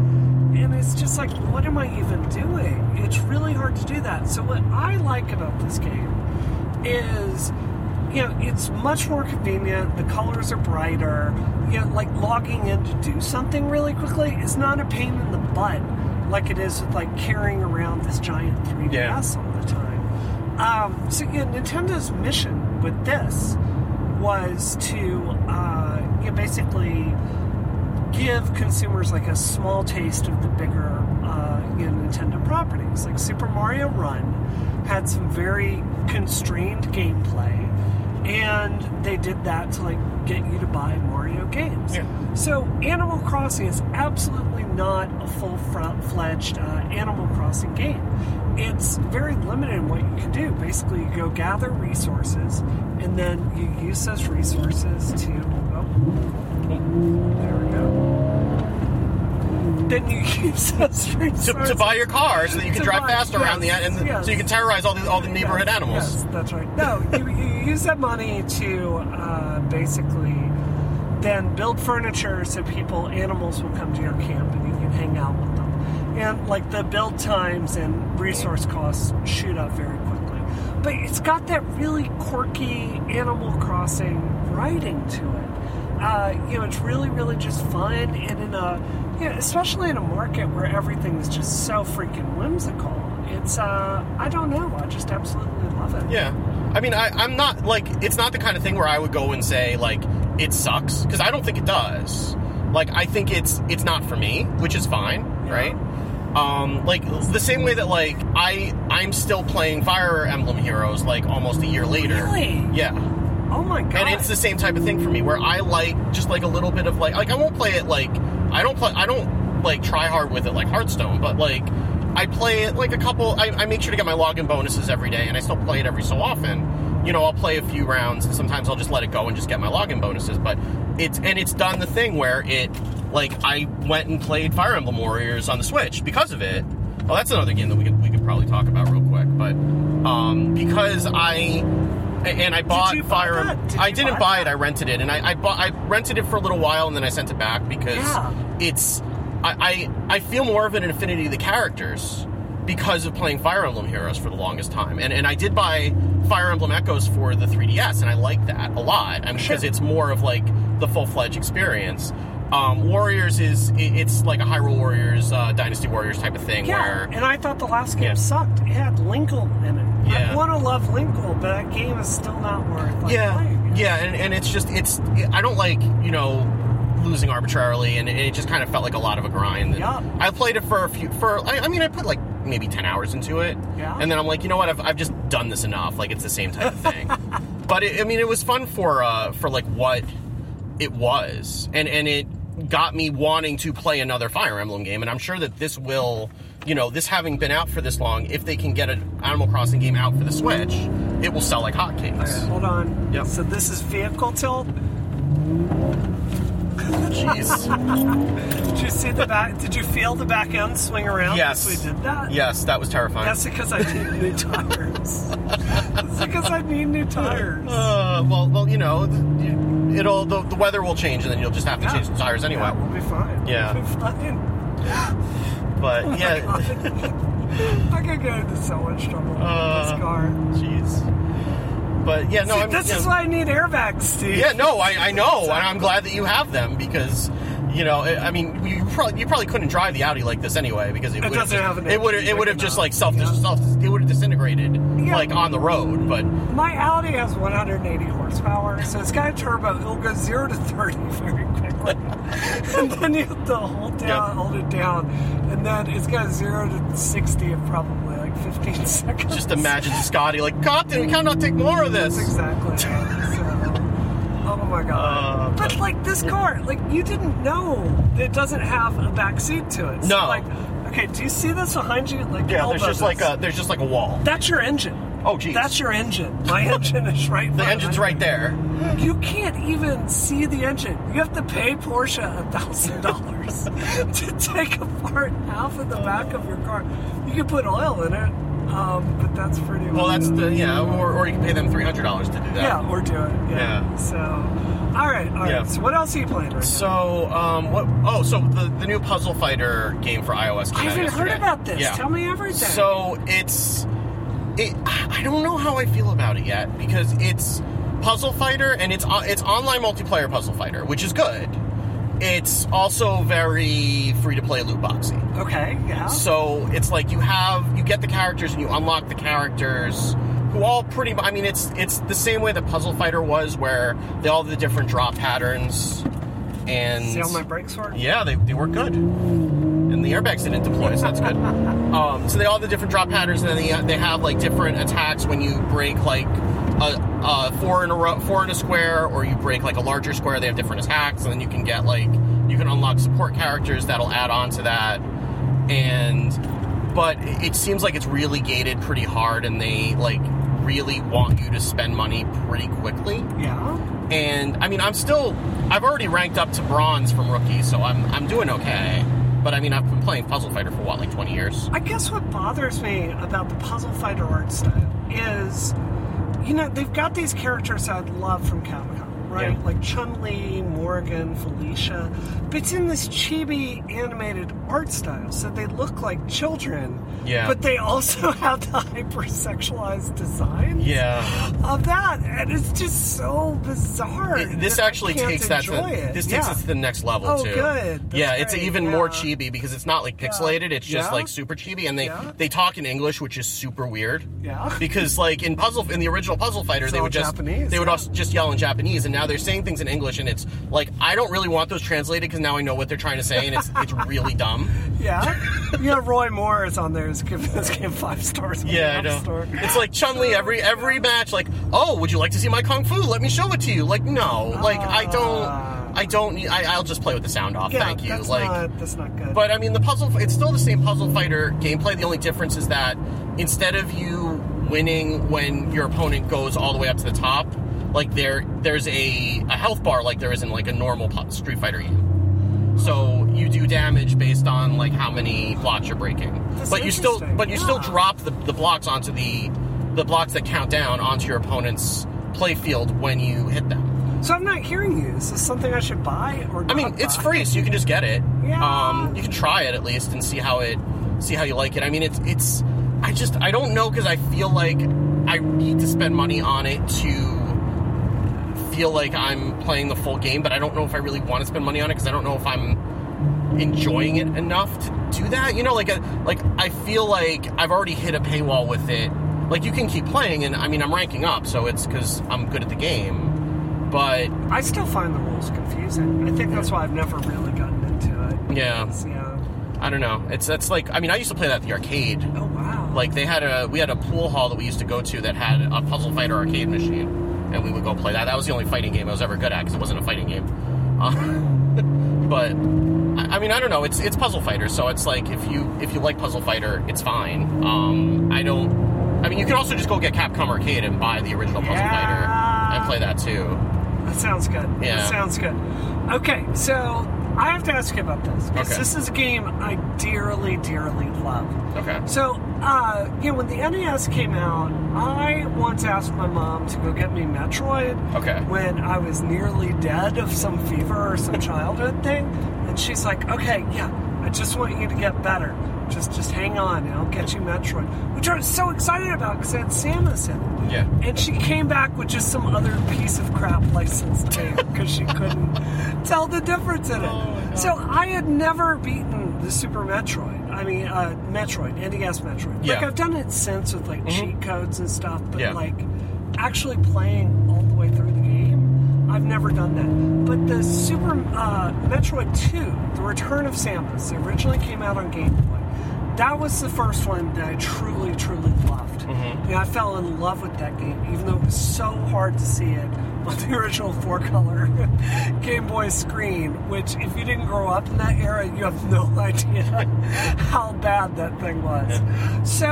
S2: And it's just like, what am I even doing? It's really hard to do that. So, what I like about this game is you know it's much more convenient the colors are brighter you know like logging in to do something really quickly is not a pain in the butt like it is with like carrying around this giant 3ds all the time um, so yeah nintendo's mission with this was to uh, you know, basically give consumers like a small taste of the bigger uh, you know, Nintendo properties. Like Super Mario Run had some very constrained gameplay, and they did that to like get you to buy Mario games.
S1: Yeah.
S2: So Animal Crossing is absolutely not a full front fledged uh, Animal Crossing game. It's very limited in what you can do. Basically, you go gather resources, and then you use those resources to. Oh, there we go. Then you use those
S1: to,
S2: resources
S1: to buy your car so that you can
S2: To
S1: drive
S2: buy-
S1: fast around the
S2: yes,
S1: and
S2: yes.
S1: so you can terrorize all the all the
S2: Yes,
S1: neighborhood animals.
S2: Yes, that's right. No, you, you use that money to uh, basically then build furniture so people, animals will come to your camp and you can hang out with them. And like the build times and resource costs shoot up very quickly. But it's got that really quirky Animal Crossing writing to it. Uh, you know, it's really, really just fun, and in a, you know, especially in a market where everything is just so freaking whimsical. It's uh, I don't know. I just absolutely love it.
S1: Yeah. I mean, I, I'm not like it's not the kind of thing where I would go and say like it sucks because I don't think it does. Like I think it's it's not for me, which is fine,
S2: Yeah.
S1: right? Um, like the same way that like I I'm still playing Fire Emblem Heroes like almost a year later.
S2: Really?
S1: Yeah.
S2: Oh my god.
S1: and it's the same type of thing for me where I like just like a little bit of like like I won't play it like I don't play I don't like try hard with it like Hearthstone, but like I play it like a couple. I, I make sure to get my login bonuses every day, and I still play it every so often. You know, I'll play a few rounds, and sometimes I'll just let it go and just get my login bonuses. But it's and it's done the thing where it like I went and played Fire Emblem Warriors on the Switch because of it. Well, that's another game that we could we could probably talk about real quick, but um, because I and I bought
S2: you buy
S1: Fire. Em-
S2: that? Did
S1: I
S2: you
S1: didn't
S2: buy
S1: buy
S2: that?
S1: it. I rented it, and I I, bought, I rented it for a little while, and then I sent it back because
S2: Yeah.
S1: it's I, I I feel more of an affinity to the characters because of playing Fire Emblem Heroes for the longest time. And and I did buy Fire Emblem Echoes for the 3DS, and I like that a lot. I mean, because
S2: Sure.
S1: it's more of like the full fledged experience. Um, Warriors is it, it's like a Hyrule Warriors, uh, Dynasty Warriors type of thing
S2: Yeah,
S1: where
S2: and I thought the last game
S1: Yeah.
S2: sucked. It had Linkle in it.
S1: Yeah.
S2: I want to love Linkle, but that game is still not worth like,
S1: yeah
S2: playing.
S1: yeah and, and it's just it's i don't like you know losing arbitrarily and it just kind of felt like a lot of a grind And
S2: Yeah.
S1: i played it for a few for i, I mean i put like maybe 10 hours into it
S2: Yeah.
S1: and then i'm like you know what I've, I've just done this enough like it's the same type of thing but it, i mean it was fun for uh for like what it was and and it got me wanting to play another fire emblem game and i'm sure that this will you know this having been out for this long if they can get an animal crossing game out for the switch it will sell like hotcakes
S2: Hold on.
S1: Yep.
S2: So this is vehicle tilt.
S1: Jeez.
S2: Did you see the back? did you feel the back end swing around?
S1: yes.
S2: we did that.
S1: Yes, that was terrifying.
S2: That's because I need new tires. That's because I need new tires.
S1: Uh, well, well, you know, th- it'll the, the weather will change, and then you'll just have to
S2: Yeah.
S1: change the tires anyway.
S2: Yeah, we'll be fine.
S1: Yeah.
S2: We'll be fine.
S1: But
S2: Oh my
S1: yeah,
S2: God. I could go into so much trouble
S1: Uh,
S2: with this car.
S1: jeez. But yeah, no,
S2: See,
S1: I'm,
S2: this
S1: you
S2: is
S1: know-
S2: why I need airbags, Steve.
S1: Yeah, no, I, I know, and I'm glad that you have them because. You know, I I mean, you probably you probably couldn't drive the Audi like this anyway because it, would've
S2: doesn't
S1: just-
S2: have an
S1: it would
S2: engine
S1: it would have
S2: big
S1: just
S2: enough,
S1: like self
S2: yeah.
S1: self it would have disintegrated
S2: Yeah.
S1: like on the road. But
S2: My Audi has 180 horsepower, so it's got a turbo. It'll go zero to 30 very quickly, and then you have to hold down,
S1: Yeah.
S2: hold it down, and then it's got zero to 60 in probably like 15 seconds.
S1: just imagine Scotty like Compton, we cannot take more of this.
S2: That's exactly. it. So, oh my god!
S1: Uh,
S2: but like this car, like you didn't know that it doesn't have a back seat to it. So,
S1: No.
S2: Like, okay, do you see this behind you? Like,
S1: Yeah,
S2: elbow
S1: there's just
S2: this.
S1: like a there's just like a wall.
S2: That's your engine.
S1: Oh, geez.
S2: That's your engine. My engine is right.
S1: The
S2: behind
S1: engine's
S2: me.
S1: right there.
S2: You can't even see the engine. You have to pay Porsche a thousand dollars to take apart half of the back of your car. You can put oil in it, um, but that's pretty.
S1: Well,
S2: much
S1: that's
S2: it.
S1: the yeah, or, or you can pay them three hundred dollars to do that.
S2: yeah, or do it. Yeah.
S1: Yeah.
S2: So, all right, all right.
S1: Yeah.
S2: So, what else are you playing right now?
S1: So, um, what? Oh, so the, the new Puzzle Fighter game for iOS.
S2: I
S1: Came out
S2: haven't heard
S1: yesterday.
S2: about this.
S1: Yeah.
S2: Tell me everything.
S1: So it's, it. I don't know how I feel about it yet because it's Puzzle Fighter and it's o- it's online multiplayer Puzzle Fighter, which is good. It's also very free to play loot boxy.
S2: okay, yeah.
S1: So it's like you have you get the characters and you unlock the characters who all pretty. mu- I mean, it's it's the same way that Puzzle Fighter was, where they all have the different drop patterns and
S2: see how my brakes work?
S1: yeah, they, they work good. And the airbags didn't deploy, so that's good. Um, so they all have the different drop patterns, and then they, they have like different attacks when you break like a, a four in a row, four in a square, or you break like a larger square. They have different attacks, and then you can get like you can unlock support characters that'll add on to that. And but it seems like it's really gated pretty hard, and they like really want you to spend money pretty quickly
S2: Yeah.
S1: and I mean, I'm still, I've already ranked up to bronze from rookie, so I'm, I'm doing okay. But I mean, I've been playing Puzzle Fighter for what, like 20 years?
S2: I guess what bothers me about the puzzle fighter art style is, you know, they've got these characters I'd love from Capcom, right?
S1: Yeah.
S2: Like Chun Li, Morgan, Felicia, but it's in this chibi animated art style, so they look like children.
S1: Yeah.
S2: But they also have the hypersexualized design.
S1: Yeah.
S2: of that, and it's just so bizarre.
S1: this
S2: that I
S1: actually
S2: can't
S1: takes that to,
S2: enjoy it.
S1: this takes
S2: yeah.
S1: it to the next level,
S2: Oh,
S1: too.
S2: good. That's
S1: yeah, it's
S2: great.
S1: even more
S2: Yeah.
S1: chibi because it's not like pixelated, it's just
S2: Yeah.
S1: like super chibi, and they,
S2: Yeah.
S1: they talk in English, which is super weird.
S2: Yeah.
S1: Because like in puzzle in the original Puzzle Fighter,
S2: It's
S1: they
S2: all
S1: would just
S2: Japanese,
S1: they would
S2: yeah.
S1: also just yell in Japanese, and now they're saying things in English, and it's like I don't really want those translated because now I know what they're trying to say, and it's it's really dumb.
S2: yeah, yeah. Roy Moore is on there. Is giving this game five stars. on the
S1: Yeah, I
S2: App
S1: know.
S2: Store.
S1: It's like Chun Li every every match. Like, oh, would you like to see my kung fu? Let me show it to you. Like, no, like I don't, I don't. need- I, I'll just play with the sound off.
S2: Yeah,
S1: Thank you.
S2: That's
S1: like,
S2: not, that's not good.
S1: but I mean, the puzzle. It's still the same puzzle fighter gameplay. The only difference is that instead of you winning when your opponent goes all the way up to the top, like there there's a, a health bar like there is in like a normal pu- Street Fighter game. So you do damage based on like how many blocks you're breaking.
S2: That's
S1: but you still
S2: interesting.
S1: but you still
S2: Yeah.
S1: drop the, the blocks onto the the blocks that count down onto your opponent's play field when you hit them.
S2: so I'm not hearing you. Is this something I should buy or?
S1: I mean,
S2: not
S1: it's
S2: buy?
S1: free, so you can just get it.
S2: Yeah.
S1: Um, you can try it at least and see how it see how you like it. I mean, it's it's. I just I don't know because I feel like I need to spend money on it to feel like I'm playing the full game, but I don't know if I really want to spend money on it because I don't know if I'm enjoying it enough to do that. You know, like a, like I feel like I've already hit a paywall with it. Like you can keep playing, and I mean I'm ranking up, so it's because I'm good at the game. But
S2: I still find the rules confusing. I think that's why I've never really gotten into it.
S1: yeah,
S2: It's, yeah.
S1: I don't know. It's that's like I mean I used to play that at the arcade.
S2: Oh wow.
S1: Like they had a we had a pool hall that we used to go to that had a puzzle fighter arcade machine, and we would go play that. That was the only fighting game I was ever good at because it wasn't a fighting game. Uh, but I, I mean, I don't know. It's it's puzzle fighter, so it's like if you if you like puzzle fighter, it's fine. Um, I don't. I mean, you can also just go get Capcom Arcade and buy the original Puzzle
S2: Yeah.
S1: Fighter and play that too.
S2: That sounds good.
S1: Yeah.
S2: That sounds good. Okay, so I have to ask you about this because
S1: Okay.
S2: this is a game I dearly, dearly love.
S1: Okay.
S2: So, uh, you know, when the NES came out, I once asked my mom to go get me Metroid
S1: Okay.
S2: when I was nearly dead of some fever or some childhood thing, and she's like, "Okay, yeah, I just want you to get better. Just, just hang on, and I'll get you Metroid," which I was so excited about because it had Samus in it.
S1: Yeah.
S2: And she came back with just some other piece of crap licensed tape because she couldn't tell the difference in it.
S1: Oh,
S2: so I had never beaten the Super Metroid. I mean, uh, Metroid, NES Metroid. Like,
S1: Yeah. Mm-hmm.
S2: I've done it since with like cheat codes and stuff, but
S1: Yeah.
S2: like actually playing all the way through the game, I've never done that. But the Super uh, Metroid 2, The Return of Samus, originally came out on Game Boy. That was the first one that I truly, truly loved. You know, I fell in love with that game, even though it was so hard to see it on the original four color Game Boy screen, which, if you didn't grow up in that era, you have no idea how bad that thing was. So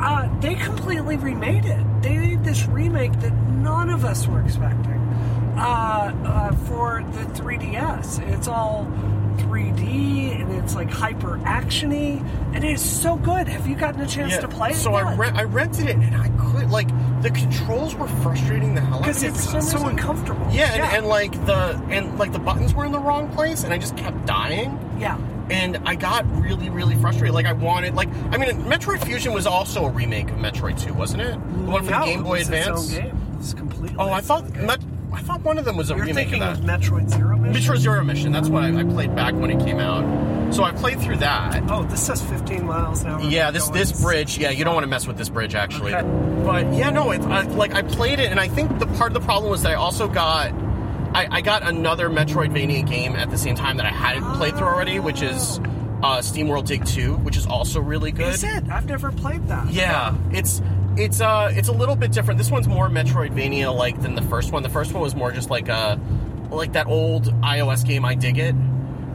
S2: uh, they completely remade it. They made this remake that none of us were expecting uh, uh, for the 3DS. It's all 3D and it's like hyper actiony, and it is so good. Have you gotten a chance to play it?
S1: So I
S2: yet?
S1: re- I rented it and I could like the controls were frustrating the hell out of me
S2: because it's
S1: for some
S2: so
S1: reason.
S2: uncomfortable.
S1: Yeah, and, and like the and like the buttons were in the wrong place, and I just kept dying,
S2: yeah,
S1: and I got really, really frustrated. Like I wanted, like I mean, Metroid Fusion was also a remake of Metroid Two, wasn't it? The one for
S2: No,
S1: the Game Boy
S2: it was
S1: Advance.
S2: Its own game. It was completely.
S1: Oh, I
S2: its
S1: thought
S2: own game.
S1: Met- I thought one of them was a
S2: you're
S1: remake of
S2: thinking
S1: that.
S2: of Metroid Zero Mission.
S1: Metroid Zero Mission. That's what I, I played back when it came out. So I played through that.
S2: Oh, this says 15 miles an hour.
S1: Yeah, this
S2: Going
S1: this
S2: s-
S1: bridge. Yeah, you don't want to mess with this bridge actually.
S2: Okay.
S1: But yeah, no, it, I, like I played it, and I think the part of the problem was that I also got I, I got another Metroidvania game at the same time that I hadn't played through already, which is uh, SteamWorld Dig Two, which is also really good.
S2: Is it? I've never played that.
S1: Yeah, it's it's uh it's a little bit different. This one's more Metroidvania like than the first one. The first one was more just like a like that old iOS game I dig it.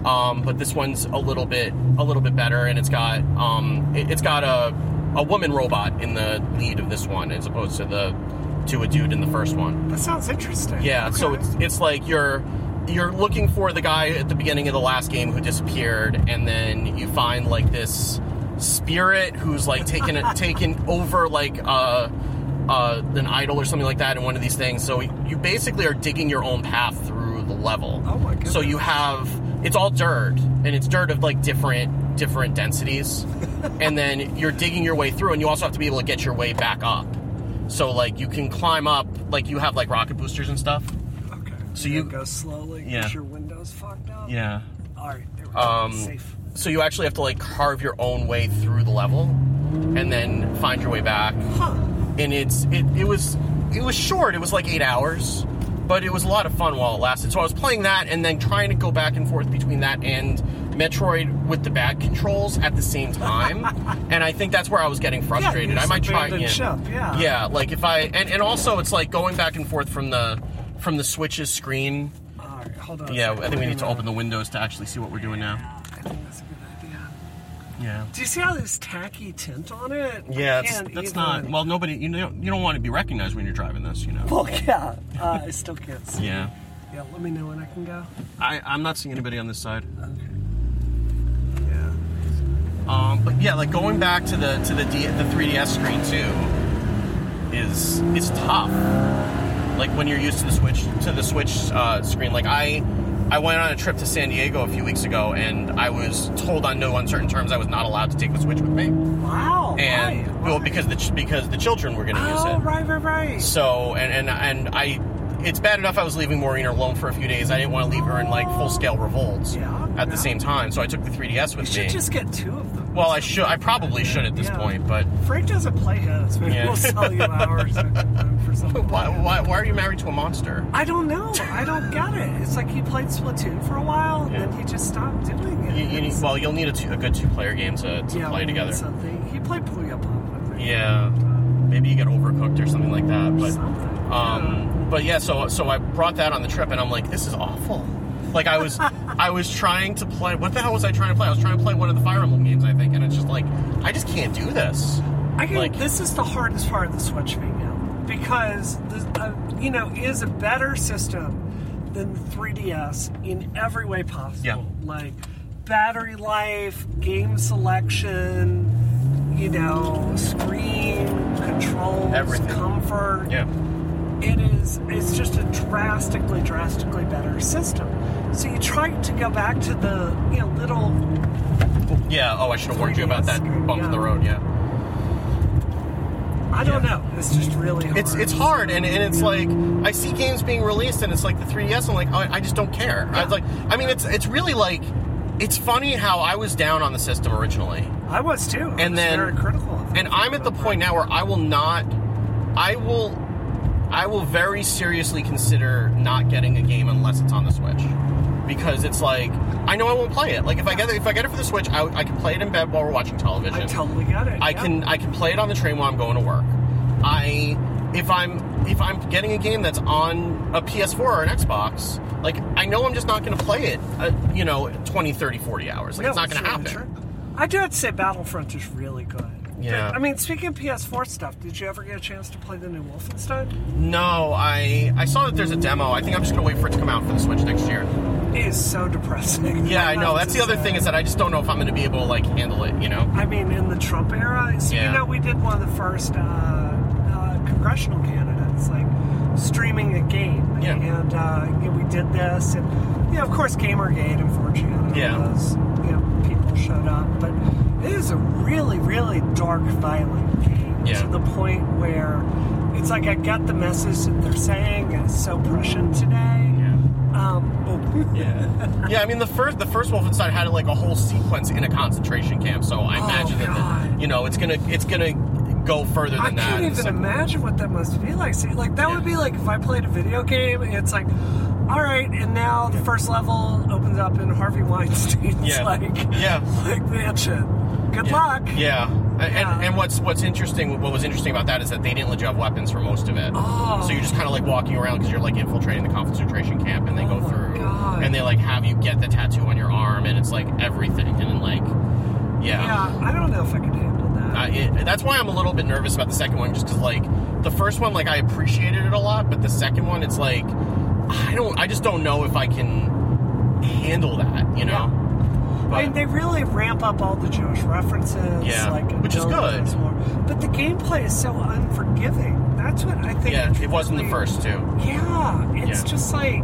S1: Um, but this one's a little bit a little bit better, and it's got um it, it's got a a woman robot in the lead of this one as opposed to the to a dude in the first one.
S2: That sounds interesting.
S1: Yeah, so
S2: Okay.
S1: it's it's like you're you're looking for the guy at the beginning of the last game who disappeared, and then you find like this spirit who's like taken taken over like uh, uh, an idol or something like that in one of these things. So you basically are digging your own path through the level.
S2: Oh my
S1: So you have it's all dirt, and it's dirt of like different different densities, and then you're digging your way through, and you also have to be able to get your way back up. So like you can climb up, like you have like rocket boosters and stuff.
S2: Okay.
S1: So you-
S2: go slowly.
S1: Yeah.
S2: get your windows fucked up.
S1: Yeah.
S2: All right. There we go.
S1: Um,
S2: Safe.
S1: So you actually have to like carve your own way through the level, and then find your way back.
S2: Huh.
S1: And it's it, it was it was short. It was like eight hours, but it was a lot of fun while it lasted. So I was playing that and then trying to go back and forth between that and Metroid with the bad controls at the same time. and I think that's where I was getting frustrated.
S2: you
S1: I might
S2: just
S1: try
S2: abandoned
S1: again.
S2: ship, yeah.
S1: Yeah, like if I and, and also it's like going back and forth from the from the switch's screen.
S2: All right. Hold on. a
S1: Yeah,
S2: second.
S1: I think we
S2: Wait a
S1: need to
S2: minute.
S1: open the windows to actually see what we're doing now.
S2: I think that's a good idea.
S1: Yeah.
S2: Do you see how there's tacky tint on it?
S1: Yeah,
S2: I
S1: it's,
S2: can't
S1: that's
S2: even-
S1: not. Well, nobody. You know, you don't want to be recognized when you're driving this. You know.
S2: Well, yeah. Uh, I still can't see.
S1: Yeah.
S2: Yeah. Let me know when I can go.
S1: I, I'm not seeing anybody on this side.
S2: Okay. Yeah.
S1: Um, but yeah, like going back to the to the D, the 3ds screen too is is tough. Like when you're used to the switch to the switch uh, screen. Like I I went on a trip to San Diego a few weeks ago, and I was told on no uncertain terms I was not allowed to take the Switch with me,
S2: Wow.
S1: and
S2: why?
S1: well,
S2: Why?
S1: because the ch- because the children were going to use
S2: Oh,
S1: it.
S2: right, right, right.
S1: So and and and I, it's bad enough I was leaving Maureen alone for a few days. I didn't want to leave her in like full scale revolts
S2: Yeah,
S1: at
S2: yeah.
S1: the same time. So I took the 3ds
S2: You
S1: with me.
S2: should just get two of them.
S1: well, I should. I probably should at this
S2: Yeah.
S1: point, but
S2: Frank doesn't play his. Maybe
S1: Yeah.
S2: we'll sell you ours or something uh, for something.
S1: why, why why are you married to a monster?
S2: I don't know. I don't get it. It's like he played Splatoon for a while and
S1: Yeah.
S2: then he just stopped doing it.
S1: You, you need,
S2: It's-
S1: well, you'll need a, two, a good two player game to, to
S2: yeah,
S1: play
S2: we need
S1: together.
S2: Something. He played Puyo Pop, I think.
S1: Yeah, maybe you get overcooked or something like that. But
S2: Something.
S1: um, but yeah, so so I brought that on the trip, and I'm like, this is awful. Like I was I was trying to play. What the hell was I trying to play? I was trying to play one of the Fire Emblem games, I think, and it's just like I just can't do this.
S2: I think
S1: like-
S2: this is the hardest part of the Switch for me now because the uh, you know it is a better system than the 3DS in every way possible.
S1: Yeah.
S2: Like battery life, game selection, you know, screen controls,
S1: Everything.
S2: comfort.
S1: Yeah,
S2: It is. It's just a drastically, drastically better system. So you try to go back to the you know little
S1: yeah. Oh, I should have warned you about that bump in the
S2: Yeah.
S1: road. Yeah.
S2: I don't
S1: Yeah.
S2: know. It's just really hard.
S1: It's it's hard, and, and it's like I see games being released, and it's like the 3ds. I'm like, I, I just don't care. I was like, I mean, it's it's really like, it's funny how I was down on the system originally,
S2: I was too. I
S1: And
S2: was
S1: then-
S2: very critical. Of it.
S1: and I'm at the point now where I will not, I will, I will very seriously consider not getting a game unless it's on the Switch, because it's like I know I won't play it. Like if I get it, if I get it for the Switch, I, I can play it in bed while we're watching television.
S2: I totally get it.
S1: I
S2: yeah.
S1: can I can play it on the train while I'm going to work. I if I'm if I'm getting a game that's on a PS4 or an Xbox, like I know I'm just not going to play it, uh, you know, 20, 30, 40 hours. Like
S2: No,
S1: it's not going to
S2: really
S1: happen.
S2: true. I do have to say, Battlefront is really good.
S1: Yeah.
S2: But, I mean, speaking of PS4 stuff, did you ever get a chance to play the new Wolfenstein?
S1: No, I I saw that there's a demo. I think I'm just going to wait for it to come out for the Switch next year.
S2: It is so depressing.
S1: Yeah, I know.
S2: have
S1: That's
S2: to
S1: the other
S2: say.
S1: thing is that I just don't know if I'm going to be able to like handle it, you know.
S2: I mean, in the Trump era, so,
S1: Yeah.
S2: you know, we did one of the first uh, uh, congressional candidates, like streaming a game.
S1: Yeah.
S2: And uh, you know, we did this. And, you know, of course, Gamergate, unfortunately,
S1: Yeah.
S2: was, you know, people showed up. But it is a really, really dark, violent game
S1: Yeah.
S2: to the point where it's like I get the message that they're saying, and it's so prescient today. Um, oh,
S1: Yeah. yeah, I mean the first the first Wolfenstein had like a whole sequence in a concentration camp, so I
S2: Oh,
S1: imagine that the,
S2: God.
S1: you know, it's going to it's going to go further than
S2: I
S1: that.
S2: can't
S1: in the
S2: even
S1: second one.
S2: imagine what that must be like. See, like that
S1: Yeah.
S2: would be like if I played a video game. It's like, all right, and now the first level opens up in Harvey Weinstein's
S1: Yeah.
S2: like
S1: Yeah.
S2: like mansion. Good
S1: Yeah.
S2: luck.
S1: Yeah. And,
S2: Yeah.
S1: and and what's what's interesting what was interesting about that is that they didn't let you have weapons for most of it.
S2: Oh.
S1: So you're just kind of like walking around because you're like infiltrating the concentration camp and they go
S2: Oh my
S1: through
S2: God.
S1: and they like have you get the tattoo on your arm and it's like everything and then, like yeah.
S2: Yeah, I don't know if I could handle that.
S1: I- it- that's why I'm a little bit nervous about the second one just cuz like the first one like I appreciated it a lot but the second one it's like I don't I just don't know if I can handle that, you know. But-
S2: and they really ramp up all the Jewish references,
S1: Yeah,
S2: like
S1: which is
S2: until
S1: good.
S2: there's more. But the gameplay is so unforgiving. That's what I think.
S1: yeah, it wasn't the
S2: really-
S1: first two.
S2: Yeah, it's
S1: Yeah.
S2: just like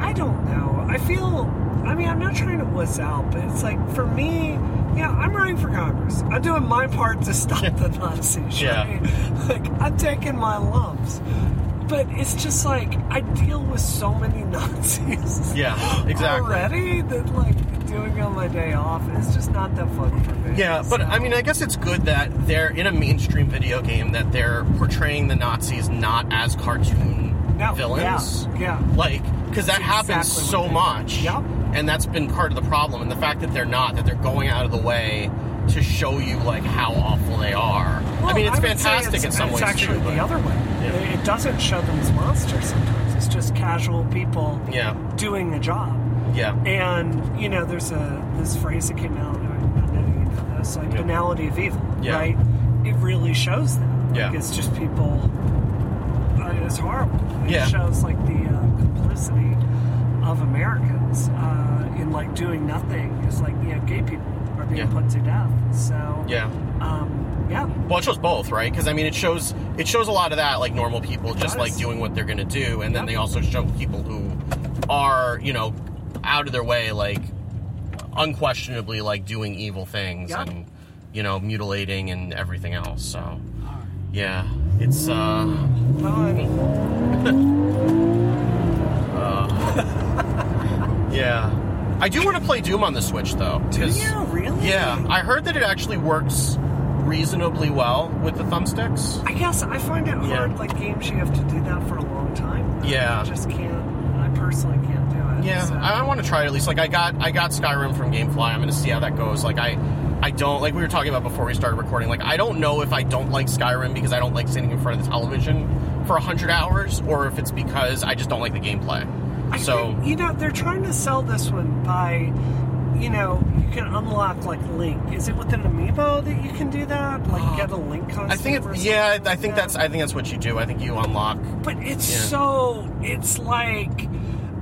S2: I don't know. I feel. I mean, I'm not trying to wuss out, but it's like for me, yeah, I'm running for Congress. I'm doing my part to stop the Nazis.
S1: Yeah.
S2: right? like I'm taking my lumps. But it's just like I deal with so many Nazis.
S1: Yeah, exactly.
S2: Already that like doing it on my day off is just not that fun for me.
S1: Yeah, but I mean, I guess it's good that they're in a mainstream video game that they're portraying the Nazis not as cartoon
S2: No,
S1: villains.
S2: yeah, yeah.
S1: Like, because that
S2: That's
S1: happens
S2: exactly what
S1: so
S2: they-
S1: much.
S2: Yep.
S1: And that's been part of the problem. And the fact that they're not, that they're going out of the way to show you, like, how awful they are. I
S2: Well,
S1: mean, it's
S2: would say
S1: fantastic
S2: it's,
S1: in some
S2: it's
S1: ways,
S2: actually
S1: too. but-
S2: the other way. It, it doesn't show them as monsters sometimes. It's just casual people
S1: Yeah.
S2: doing the job.
S1: Yeah.
S2: And you know, there's a this phrase that came out. I don't know if you know this, like
S1: Yeah.
S2: banality of evil.
S1: Yeah.
S2: Right. It really shows that. Like,
S1: Yeah.
S2: It's just people. Uh, it's horrible. It
S1: Yeah.
S2: shows like the uh, complicity of Americans uh, in like doing nothing. Is like you know, gay people are being
S1: Yeah.
S2: put to death. So
S1: Yeah.
S2: um, yeah.
S1: Well, it shows both, right? Because I mean, it shows it shows a lot of that, like normal people just
S2: does.
S1: like doing what they're going to do, and then
S2: Yep.
S1: they also show people who are, you know, out of their way, like unquestionably, like doing evil things
S2: Yep.
S1: and you know mutilating and everything else. So yeah, it's uh,
S2: Well, I mean,
S1: yeah. I do want to play Doom on the Switch though.
S2: do
S1: 'cause-
S2: you really?
S1: Yeah, I heard that it actually works reasonably well with the thumbsticks.
S2: I guess I find it
S1: Yeah.
S2: hard. Like games, you have to do that for a long time.
S1: Yeah.
S2: I just can't. I personally can't do it.
S1: Yeah,
S2: so.
S1: I want to try it at least. Like I got I got Skyrim from GameFly. I'm gonna see how that goes. Like I I don't like we were talking about before we started recording. Like I don't know if I don't like Skyrim because I don't like sitting in front of the television for hundred hours, or if it's because I just don't like the gameplay.
S2: I
S1: so
S2: think, you know they're trying to sell this one by, you know, you can unlock like Link. Is it with an amiibo that you can do that? Like get a Link costume?
S1: I think
S2: or
S1: it's
S2: something
S1: yeah.
S2: like
S1: I think
S2: that?
S1: that's I think that's what you do. I think you unlock.
S2: But it's
S1: Yeah.
S2: so it's like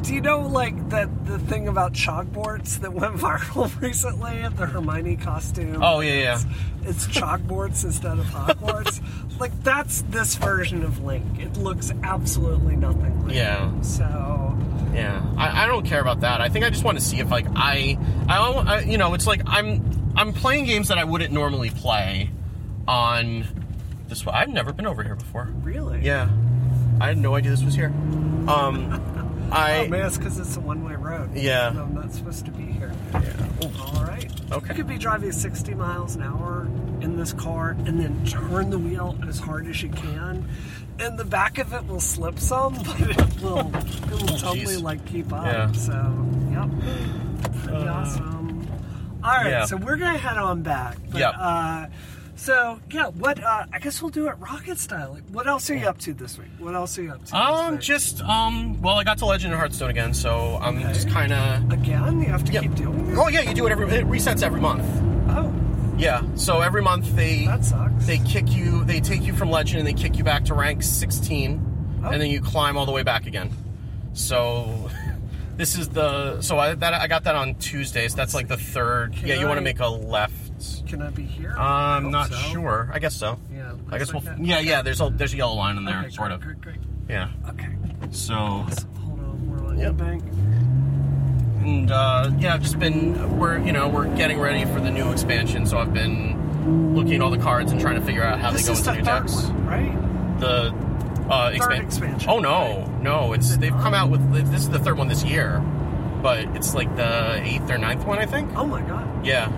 S2: do you know like that the thing about chalkboards that went viral recently the Hermione costume?
S1: Oh yeah, yeah.
S2: It's chalkboards instead of Hogwarts. like that's this version of Link. It looks absolutely nothing like
S1: Yeah.
S2: it. So
S1: Yeah, I, I don't care about that. I think I just want to see if like I, I, don't- I, you know, it's like I'm, I'm playing games that I wouldn't normally play on this. one. I've never been over here before.
S2: really?
S1: Yeah, I had no idea this was here. Um, I
S2: Oh man, it's because it's a one-way road.
S1: Yeah.
S2: I'm not supposed to be here. All right.
S1: Okay.
S2: You could be driving 60 miles an hour in this car and then turn the wheel as hard as you can. And the back of it will slip some, but it will, it will totally
S1: Oh, jeez.
S2: like keep up.
S1: Yeah. Uh,
S2: So, yep. Pretty awesome. All right.
S1: yeah.
S2: So we're going to head on back. But,
S1: Yep.
S2: Uh, so yeah, what uh, I guess we'll do it rocket style. Like, What else are you up to this week? What else are you up to?
S1: um,
S2: this week?
S1: just um, well, I got to Legend of Hearthstone again, so I'm just kind of.
S2: again. You have to
S1: Yeah.
S2: keep doing it.
S1: Oh yeah, you do it every. It resets every month.
S2: Oh,
S1: Yeah, so every month they
S2: that sucks.
S1: they kick you they take you from legend and they kick you back to rank 16
S2: Oh.
S1: and then you climb all the way back again so this is the so i that i got that on tuesdays that's like the third
S2: Can
S1: yeah you want to
S2: I-
S1: make a left
S2: Can I be here? I
S1: Uh, i'm
S2: hope
S1: not
S2: so.
S1: sure i guess so
S2: Yeah, it
S1: i
S2: looks
S1: guess
S2: like
S1: we'll
S2: that.
S1: yeah yeah there's a there's a yellow line in there
S2: Okay,
S1: sort
S2: great,
S1: of
S2: Great, great.
S1: yeah
S2: Okay.
S1: so
S2: Awesome. Hold on. We're on
S1: Yep.
S2: bank.
S1: and uh, yeah, I've just been we're you know we're getting ready for the new expansion, so I've been looking at all the cards and trying to figure out how
S2: This
S1: they go
S2: is
S1: into
S2: the
S1: new
S2: third
S1: decks.
S2: one, right?
S1: the uh, expan-
S2: expansion,
S1: Oh no, no! It's
S2: it
S1: they've
S2: not?
S1: come out with this is the third one this year, but it's like the eighth or ninth one, I think.
S2: Oh my god.
S1: Yeah,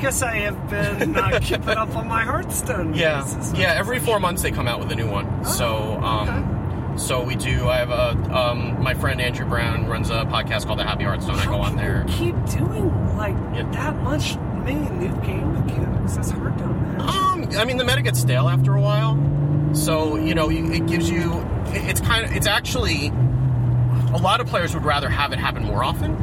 S2: Guess I have been not keeping up on my Hearthstone.
S1: yeah,
S2: releases.
S1: yeah. Every four months they come out with a new
S2: Oh,
S1: one. So, um, so we do. I have a um, my friend Andrew Brown runs a podcast called The Happy Hearthstone. I
S2: How
S1: go on
S2: can
S1: there.
S2: you Keep doing like
S1: Yeah.
S2: that much many new game mechanics. That's hard to imagine.
S1: Um, I mean, the meta gets stale after a while, so you know you- it gives you. it- It's kind of. It's actually. A lot of players would rather have it happen more often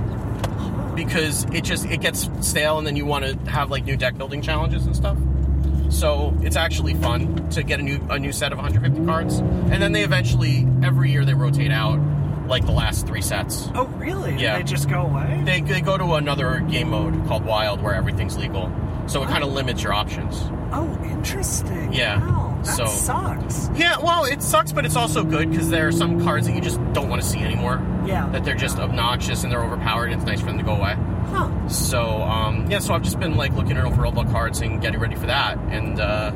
S1: because it just it gets stale, and then you want to have like new deck building challenges and stuff. So it's actually fun to get a new a new set of 150 cards, and then they eventually every year they rotate out like the last three sets.
S2: Oh really?
S1: Yeah.
S2: They just go away.
S1: They, they go to another game mode called Wild where everything's legal, so it kind of limits your options.
S2: oh, interesting.
S1: Yeah.
S2: Wow, that
S1: So-
S2: sucks.
S1: Yeah, well, it sucks, but it's also good because there are some cards that you just don't want to see anymore.
S2: Yeah.
S1: That they're just obnoxious and they're overpowered, and it's nice for them to go away.
S2: Huh.
S1: So, um, yeah, so I've just been like looking at overall cards and getting ready for that, and uh,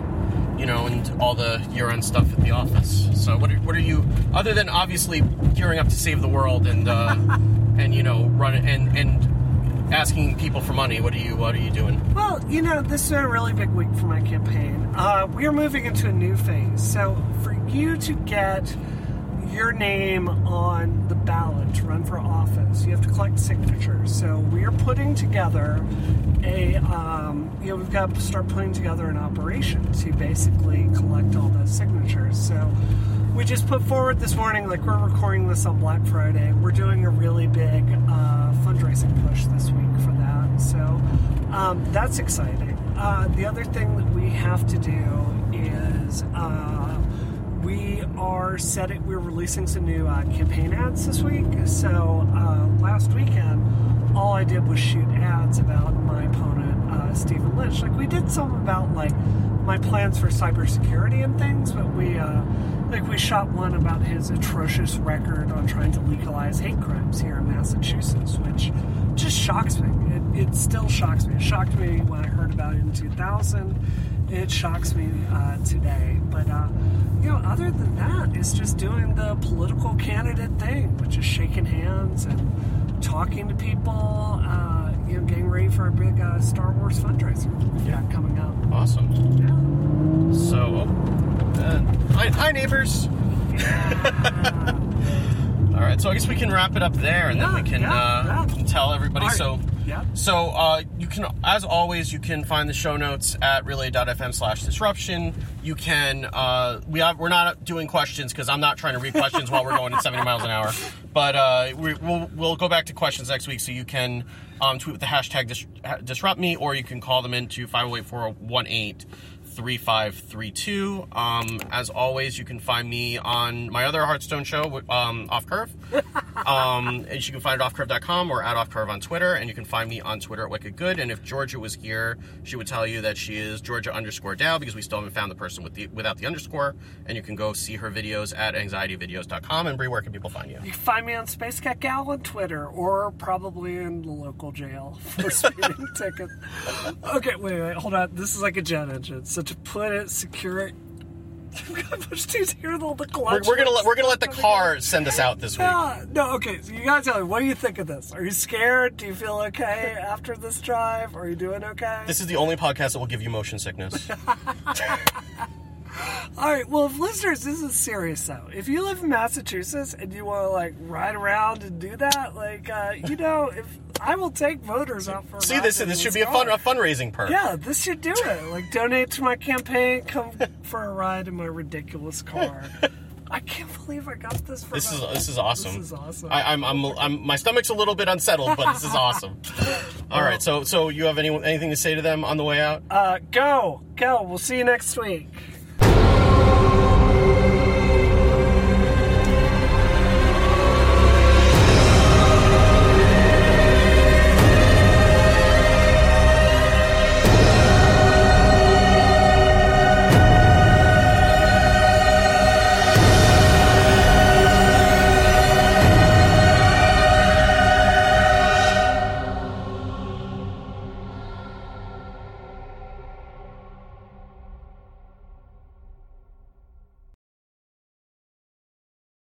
S1: you know, and all the year-end stuff at the office. So, what are, what are you other than obviously gearing up to save the world and uh, and you know, run and and asking people for money? What are you what are you doing?
S2: Well, you know, this is a really big week for my campaign. Uh, we are moving into a new phase. So, for you to get your name on the ballot to run for office, you have to collect signatures. So, we are putting together a, um, you know, we've got to start putting together an operation to basically collect all those signatures. So, we just put forward this morning, like we're recording this on Black Friday. We're doing a really big uh, fundraising push this week for that. So um, that's exciting. Uh, the other thing that we have to do is uh, we are set it. We're releasing some new uh, campaign ads this week. So uh, last weekend, all I did was shoot ads about my opponent, uh, Stephen Lynch. Like we did some about like my plans for cybersecurity and things, but we uh, Like we shot one about his atrocious record on trying to legalize hate crimes here in Massachusetts, which just shocks me. It, it still shocks me. It shocked me when I heard about it in 2000. It shocks me uh, today. But uh, you know, other than that, it's just doing the political candidate thing, which is shaking hands and talking to people. Uh, you know, getting ready for a big uh, Star Wars fundraiser we've got coming up.
S1: Awesome.
S2: Yeah.
S1: So, uh, hi, hi neighbors. All right, so I guess we can wrap it up there, and
S2: Yeah,
S1: then we can
S2: yeah,
S1: uh,
S2: yeah.
S1: tell everybody.
S2: All right.
S1: So,
S2: Yep.
S1: so uh, you can, as always, you can find the show notes at relay.fm slash disruption. You can, uh, we have, we're not doing questions because I'm not trying to read questions while we're going at 70 miles an hour. But uh, we, we'll, we'll go back to questions next week, so you can um, tweet with the hashtag dis- ha- disrupt me, or you can call them into 508 418 3532. Um, as always, you can find me on my other Hearthstone show, wi- um, Off Curve. Um, and you can find it at offcurve.com or at offcurve on Twitter. And you can find me on Twitter at Wicked Good. And if Georgia was here, she would tell you that she is Georgia underscore Dow because we still haven't found the person with the, without the underscore. And you can go see her videos at anxietyvideos.com. And Brie, where can people find you?
S2: You can find me on Space Cat Gal on Twitter or probably in the local jail for speeding tickets. Okay, wait, wait, hold on. This is like a jet engine. So to put it, secure it. I've got to push two here, the, the
S1: We're,
S2: clutch.
S1: we're gonna let, we're gonna let the car send us out this week.
S2: Yeah, no, okay. So you gotta tell me, what do you think of this? Are you scared? Do you feel okay after this drive? Are you doing okay?
S1: This is the only podcast that will give you motion sickness.
S2: All right. Well, if listeners, this is serious though. If you live in Massachusetts and you want to like ride around and do that, like uh, you know, if I will take voters out for a
S1: See
S2: ride
S1: this
S2: in
S1: this should be a
S2: car.
S1: fun a fundraising perk.
S2: Yeah, this should do it. Like donate to my campaign, come for a ride in my ridiculous car. I can't believe I got this for
S1: This is
S2: my-
S1: this is awesome.
S2: This is awesome.
S1: I, I'm, I'm I'm my stomach's a little bit unsettled, but this is awesome. All right, so so you have any anything to say to them on the way out?
S2: uh, go, go. We'll see you next week.